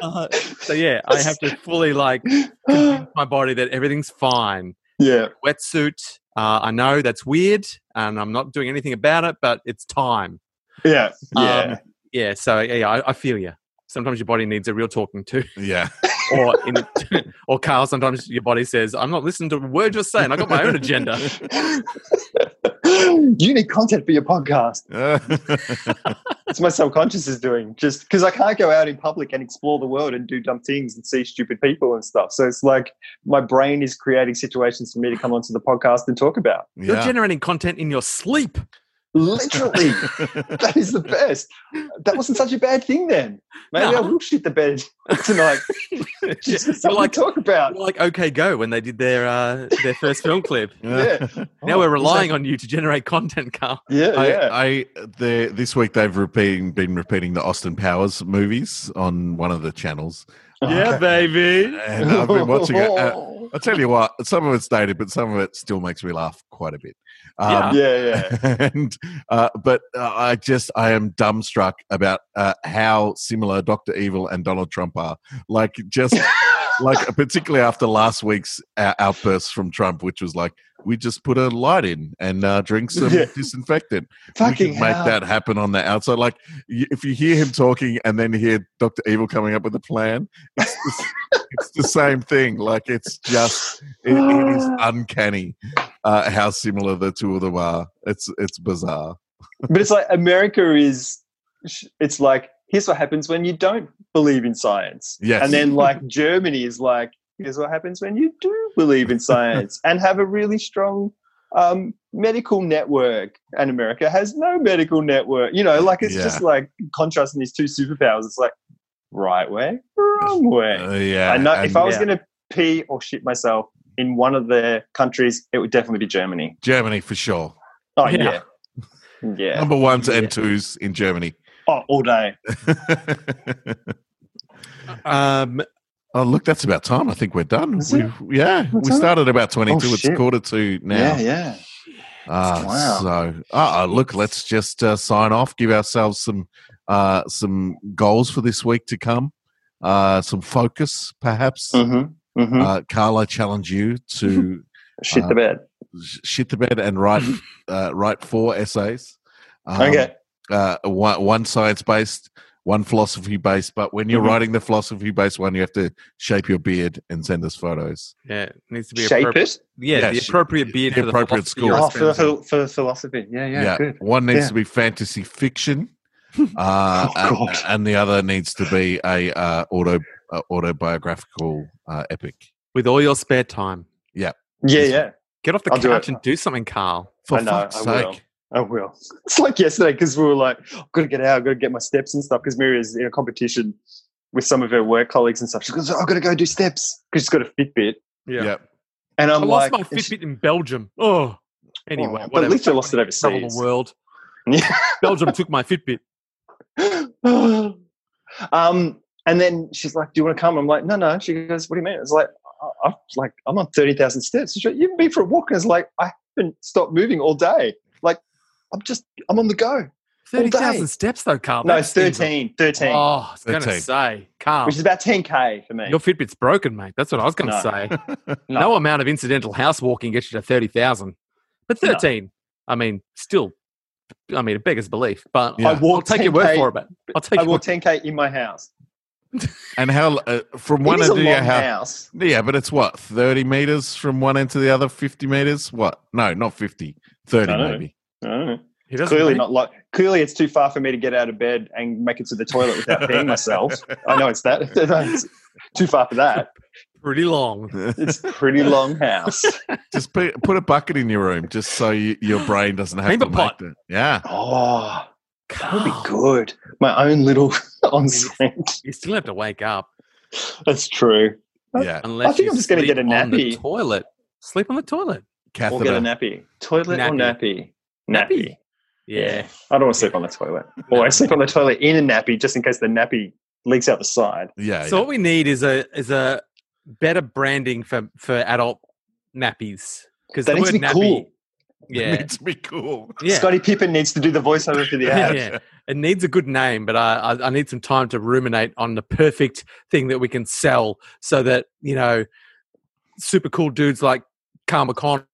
Speaker 4: uh, so yeah, I have to fully like convince my body that everything's fine.
Speaker 3: yeah.
Speaker 4: Wetsuit. Uh, I know that's weird, and I'm not doing anything about it, but it's time.
Speaker 3: Yeah. Yeah.
Speaker 4: Um, yeah. So yeah, I, I feel you. Sometimes your body needs a real talking to,
Speaker 1: yeah,
Speaker 4: or in, or Carl. Sometimes your body says, "I'm not listening to a word you're saying. I got my own agenda."
Speaker 3: you need content for your podcast.
Speaker 1: yeah,
Speaker 3: That's what my subconscious is doing. Just because I can't go out in public and explore the world and do dumb things and see stupid people and stuff. So it's like my brain is creating situations for me to come onto the podcast and talk about.
Speaker 4: You're generating content in your sleep.
Speaker 3: Literally, that is the best. That wasn't such a bad thing then. Maybe I
Speaker 4: No.
Speaker 3: will shit the bed tonight. Just for
Speaker 4: You're
Speaker 3: something
Speaker 4: like,
Speaker 3: to talk about.
Speaker 4: you're like OK Go when they did their uh, their first film clip.
Speaker 3: Yeah.
Speaker 4: Now we're relying on you to generate content, Carl.
Speaker 3: Yeah, yeah.
Speaker 1: I, I the this week they've repeating been repeating the Austin Powers movies on one of the channels,
Speaker 4: Yeah, baby.
Speaker 1: and I've been watching it. Uh, I'll tell you what, some of it's dated, but some of it still makes me laugh quite a bit. Um,
Speaker 4: Yeah.
Speaker 3: yeah, yeah.
Speaker 1: and uh, but uh, I just I am dumbstruck about uh, how similar Doctor Evil and Donald Trump are. Like just like particularly after last week's uh, outburst from Trump, which was like we just put a light in and uh, drink some
Speaker 3: Yeah.
Speaker 1: disinfectant. we
Speaker 3: Fucking
Speaker 1: could make
Speaker 3: hell.
Speaker 1: that happen on the outside. Like y- if you hear him talking and then hear Doctor Evil coming up with a plan, it's, it's, it's the same thing. Like it's just it, it is uncanny uh, how similar the two of them are. It's it's bizarre.
Speaker 3: but it's like America is. It's like here's what happens when you don't believe in science.
Speaker 1: Yes.
Speaker 3: And then like Germany is like here's what happens when you do believe in science and have a really strong um, medical network and America has no medical network. You know, like it's
Speaker 1: Yeah.
Speaker 3: just like contrasting these two superpowers. It's like right way, wrong way.
Speaker 1: Uh, yeah.
Speaker 3: I know if
Speaker 1: and
Speaker 3: I was
Speaker 4: Yeah.
Speaker 3: going to pee or shit myself in one of their countries, it would definitely be Germany.
Speaker 1: Germany for sure.
Speaker 3: Oh
Speaker 4: Yeah.
Speaker 3: yeah, yeah.
Speaker 1: Number ones
Speaker 4: Yeah.
Speaker 1: and twos in Germany.
Speaker 3: Oh, all day.
Speaker 4: Um,
Speaker 1: oh, look, that's about time. I think we're done.
Speaker 3: Is
Speaker 1: We've,
Speaker 3: it?
Speaker 1: yeah,
Speaker 3: What
Speaker 1: we
Speaker 3: time?
Speaker 1: started about 22.
Speaker 3: Oh,
Speaker 1: it's
Speaker 3: shit.
Speaker 1: quarter to now.
Speaker 3: Yeah, yeah.
Speaker 1: Ah,
Speaker 3: Wow.
Speaker 1: So, uh, look, let's just uh, sign off. Give ourselves some uh, some goals for this week to come. Uh, some focus, perhaps.
Speaker 3: Mm-hmm. Mm-hmm.
Speaker 1: Uh, Carl, I challenge you to
Speaker 3: shit the bed.
Speaker 1: sh- shit the bed and write uh, write four essays. Um,
Speaker 3: okay.
Speaker 1: Uh, one, one science based, one philosophy based. But when you're
Speaker 3: Mhm.
Speaker 1: writing the philosophy based one, you have to shape your beard and send us photos.
Speaker 4: yeah, it needs to be
Speaker 3: Shape
Speaker 4: appropriate.
Speaker 3: it.
Speaker 4: Yeah,
Speaker 1: Yeah,
Speaker 4: the
Speaker 1: sh-
Speaker 4: appropriate beard
Speaker 1: the
Speaker 4: for the
Speaker 1: appropriate
Speaker 4: philosophy you're
Speaker 1: school.
Speaker 3: Oh, for,
Speaker 4: experiencing.
Speaker 3: for, for philosophy. Yeah, yeah, good.
Speaker 1: one needs
Speaker 3: Yeah.
Speaker 1: to be fantasy fiction, uh,
Speaker 3: Oh, God.
Speaker 1: and, and the other needs to be a uh, auto uh, autobiographical uh, epic.
Speaker 4: with all your spare time.
Speaker 3: Yeah, yeah.
Speaker 4: Get off the
Speaker 3: I'll do
Speaker 4: couch
Speaker 3: it.
Speaker 4: and do something, Carl.
Speaker 1: For
Speaker 3: I know,
Speaker 1: fuck's
Speaker 3: I
Speaker 1: sake!
Speaker 3: will. I will. Oh, It's like yesterday because we were like, I've got to get out, I've got to get my steps and stuff because Miria's in a competition with some of her work colleagues and stuff. She goes, I've got to go do steps because she's got a Fitbit.
Speaker 1: Yep.
Speaker 3: And
Speaker 4: I
Speaker 3: I'm
Speaker 4: lost
Speaker 3: like,
Speaker 4: my Fitbit in Belgium. Oh, anyway,
Speaker 3: Oh, but at
Speaker 4: whatever.
Speaker 3: least you lost it
Speaker 4: Travel
Speaker 3: overseas.
Speaker 4: the world. Belgium took my Fitbit.
Speaker 3: um, and then she's like, "Do you want to come?" I'm like, "No, no." She goes, "What do you mean?" It's like, I- "I'm like, I'm on thirty thousand steps." She's like, "You've been for a walk." And it's like, "I haven't stopped moving all day. Like, I'm just, I'm on the go."
Speaker 4: Thirty
Speaker 3: day.
Speaker 4: thousand steps though, Carl.
Speaker 3: No,
Speaker 4: That
Speaker 3: it's
Speaker 4: seems-
Speaker 3: 13, 13,
Speaker 4: Oh, I was going to
Speaker 1: 13.
Speaker 4: say, Carl,
Speaker 3: which is about ten k for me.
Speaker 4: your Fitbit's broken, mate. That's what I was going to
Speaker 3: No.
Speaker 4: say.
Speaker 1: Yep.
Speaker 4: No.
Speaker 3: No.
Speaker 4: amount of incidental house walking gets you to thirty thousand, but
Speaker 3: No.
Speaker 4: thirteen. I mean, still, I mean, it beggars belief. But
Speaker 1: Yeah.
Speaker 3: I
Speaker 1: I'll
Speaker 4: I'll
Speaker 3: walked
Speaker 4: take your word
Speaker 3: 10K
Speaker 4: for it. But I'll take
Speaker 3: I
Speaker 4: your
Speaker 3: walk ten k in my house.
Speaker 1: and how uh, from
Speaker 3: It
Speaker 1: one
Speaker 3: is
Speaker 1: end
Speaker 3: a
Speaker 1: to
Speaker 3: long
Speaker 1: the other? how-
Speaker 3: house.
Speaker 1: Yeah, but it's what thirty meters from one end to the other. Fifty meters? What? No, not fifty. Thirty
Speaker 3: I know.
Speaker 1: maybe.
Speaker 3: I don't know.
Speaker 4: He doesn't
Speaker 3: Clearly
Speaker 4: know.
Speaker 3: not like. Clearly, it's too far for me to get out of bed and make it to the toilet without peeing myself. I know it's that. It's too far for that.
Speaker 4: pretty long.
Speaker 3: It's a pretty long house.
Speaker 1: Just put, put a bucket in your room, just so you, your brain doesn't have
Speaker 4: Paper
Speaker 1: to
Speaker 4: pot.
Speaker 1: make it. Yeah.
Speaker 3: Oh, that would be
Speaker 4: Carl,
Speaker 3: good. My own little ensuite.
Speaker 4: You still have to wake up
Speaker 3: That's true.
Speaker 1: Yeah.
Speaker 4: unless
Speaker 3: think
Speaker 4: you
Speaker 3: I'm just gonna get
Speaker 4: sleep
Speaker 3: a
Speaker 4: on the
Speaker 3: nappy.
Speaker 4: toilet. Sleep on the toilet.
Speaker 3: Or get a
Speaker 1: Catheter.
Speaker 3: nappy. Toilet or nappy?
Speaker 4: Nappy.
Speaker 3: Nappy.
Speaker 4: Yeah.
Speaker 3: I don't want to sleep on the toilet. Or I sleep on the toilet in a nappy just in case the nappy leaks out the side.
Speaker 1: Yeah.
Speaker 4: So what we need is a is a better branding for for adult nappies because
Speaker 3: That
Speaker 4: the
Speaker 3: needs
Speaker 4: word
Speaker 3: to be
Speaker 4: nappy.
Speaker 3: cool.
Speaker 1: yeah.
Speaker 4: Yeah.
Speaker 1: Needs to be cool.
Speaker 4: Yeah.
Speaker 3: Scotty Pippen needs to do the voiceover for the
Speaker 4: yeah.
Speaker 3: ad.
Speaker 4: yeah. It needs a good name, but I, I, I need some time to ruminate on the perfect thing that we can sell so that, you know, super cool dudes like Carl McConnell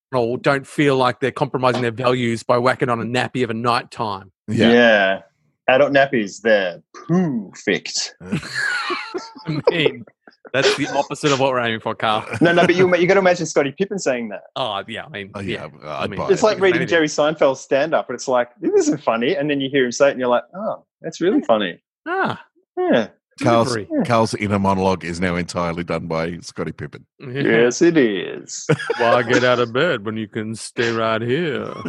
Speaker 4: don't feel like they're compromising their values by whacking on a nappy of a night time.
Speaker 1: Yeah.
Speaker 3: Adult nappies, they're perfect.
Speaker 4: I mean, that's the opposite of what we're aiming for, Carl.
Speaker 3: No, no, but you you got to imagine Scotty Pippen saying that.
Speaker 4: Oh, yeah. I mean,
Speaker 1: Oh,
Speaker 4: yeah.
Speaker 1: yeah. I'd
Speaker 4: mean,
Speaker 1: buy
Speaker 3: It's
Speaker 1: it.
Speaker 3: like reading
Speaker 4: Maybe.
Speaker 3: Jerry Seinfeld's stand up, and it's like, this isn't funny. And then you hear him say it, and you're like, oh, that's really funny.
Speaker 4: Ah,
Speaker 3: Yeah.
Speaker 1: Carl's,
Speaker 4: delivery.
Speaker 1: Carl's inner monologue is now entirely done by Scotty Pippen.
Speaker 3: Yes, it is.
Speaker 4: Why get out of bed when you can stay right here?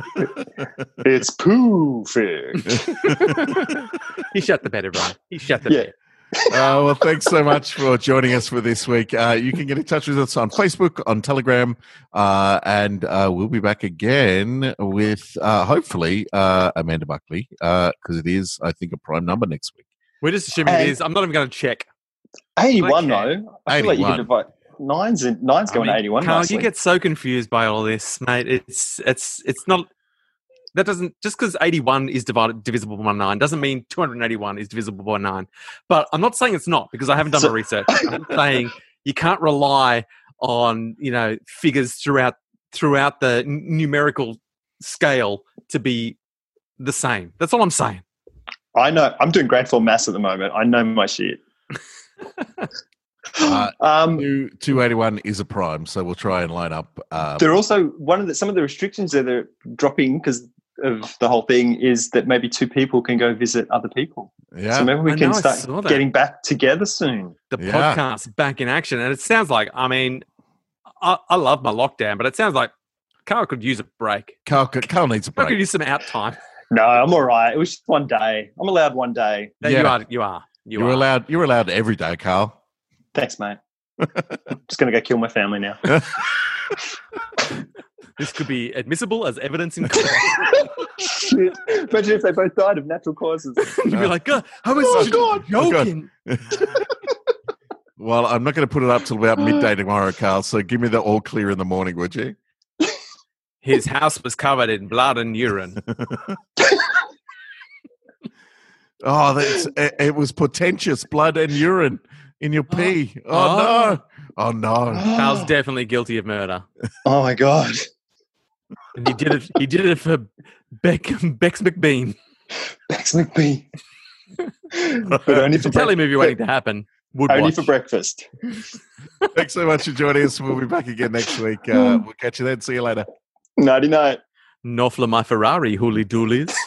Speaker 3: It's perfect.
Speaker 4: he shut the bed, everyone. He shut the
Speaker 3: Yeah.
Speaker 4: bed.
Speaker 1: Uh, well, thanks so much for joining us for this week. Uh, you can get in touch with us on Facebook, on Telegram, uh, and uh, we'll be back again with uh, hopefully uh, Amanda Buckley because it is, I think, a prime number next week.
Speaker 4: We're just assuming it
Speaker 3: And-
Speaker 4: is. I'm not even going to check.
Speaker 3: 81,
Speaker 4: Okay.
Speaker 3: though. I feel like you
Speaker 1: 81.
Speaker 3: can divide. Nine's, in, nine's going
Speaker 4: I
Speaker 3: to
Speaker 4: mean,
Speaker 3: 81.
Speaker 4: Carl,
Speaker 3: nicely.
Speaker 4: you get so confused by all this, mate. It's it's it's not that doesn't just because 81 is divided divisible by 9 doesn't mean 281 is divisible by 9 but i'm not saying it's not because i haven't done
Speaker 3: So-
Speaker 4: my research i'm saying you can't rely on you know figures throughout throughout the n- numerical scale to be the same that's all i'm saying
Speaker 3: I know. I'm doing grade four maths at the moment. I know my shit.
Speaker 1: Uh,
Speaker 3: um,
Speaker 1: Two, 281 is a prime, so we'll try and line up. Uh,
Speaker 3: they're also one of the some of the restrictions that they're dropping because of the whole thing is that maybe two people can go visit other people. So
Speaker 1: yeah.
Speaker 3: maybe we
Speaker 4: I
Speaker 3: can
Speaker 4: know, I saw
Speaker 3: start
Speaker 4: that.
Speaker 3: getting back together soon.
Speaker 4: the
Speaker 1: Yeah.
Speaker 4: podcast back in action and it sounds like i mean I, I love my lockdown but it sounds like Carl could use a break.
Speaker 1: Carl, could- Carl needs a
Speaker 4: Carl could
Speaker 1: break.
Speaker 4: use some out time.
Speaker 3: No, I'm all right. It was just one day. I'm allowed one day.
Speaker 4: No,
Speaker 1: Yeah.
Speaker 4: You are. You are. You
Speaker 1: You're
Speaker 4: are.
Speaker 1: allowed. You're allowed every day, Carl.
Speaker 3: Thanks, mate. I'm just gonna go kill my family now.
Speaker 4: This could be admissible as evidence in court.
Speaker 3: Shit. Imagine if they both died of natural causes.
Speaker 4: You'd be like, God, I was
Speaker 1: Oh,
Speaker 4: just
Speaker 1: God. Oh, God.
Speaker 4: joking.
Speaker 1: Well, I'm not going to put it up till about midday tomorrow, Carl. So give me the all clear in the morning, would you?
Speaker 4: His house was covered in blood and urine.
Speaker 1: Oh, that's it, it was portentous blood and urine in your pee. Oh, no! Oh no!
Speaker 4: Carl's definitely guilty of murder.
Speaker 3: Oh my god.
Speaker 4: And he did it. He did it for Beck, Bex McBean.
Speaker 3: Bex McBee. but only
Speaker 4: It's
Speaker 3: for
Speaker 4: a telly
Speaker 3: breakfast.
Speaker 4: movie waiting to happen. Would
Speaker 3: Only
Speaker 4: watch.
Speaker 3: for breakfast.
Speaker 1: Thanks so much for joining us. We'll be back again next week. Uh, we'll catch you then. See you later.
Speaker 3: Nighty night.
Speaker 4: Nofla my Ferrari, hooly doolies.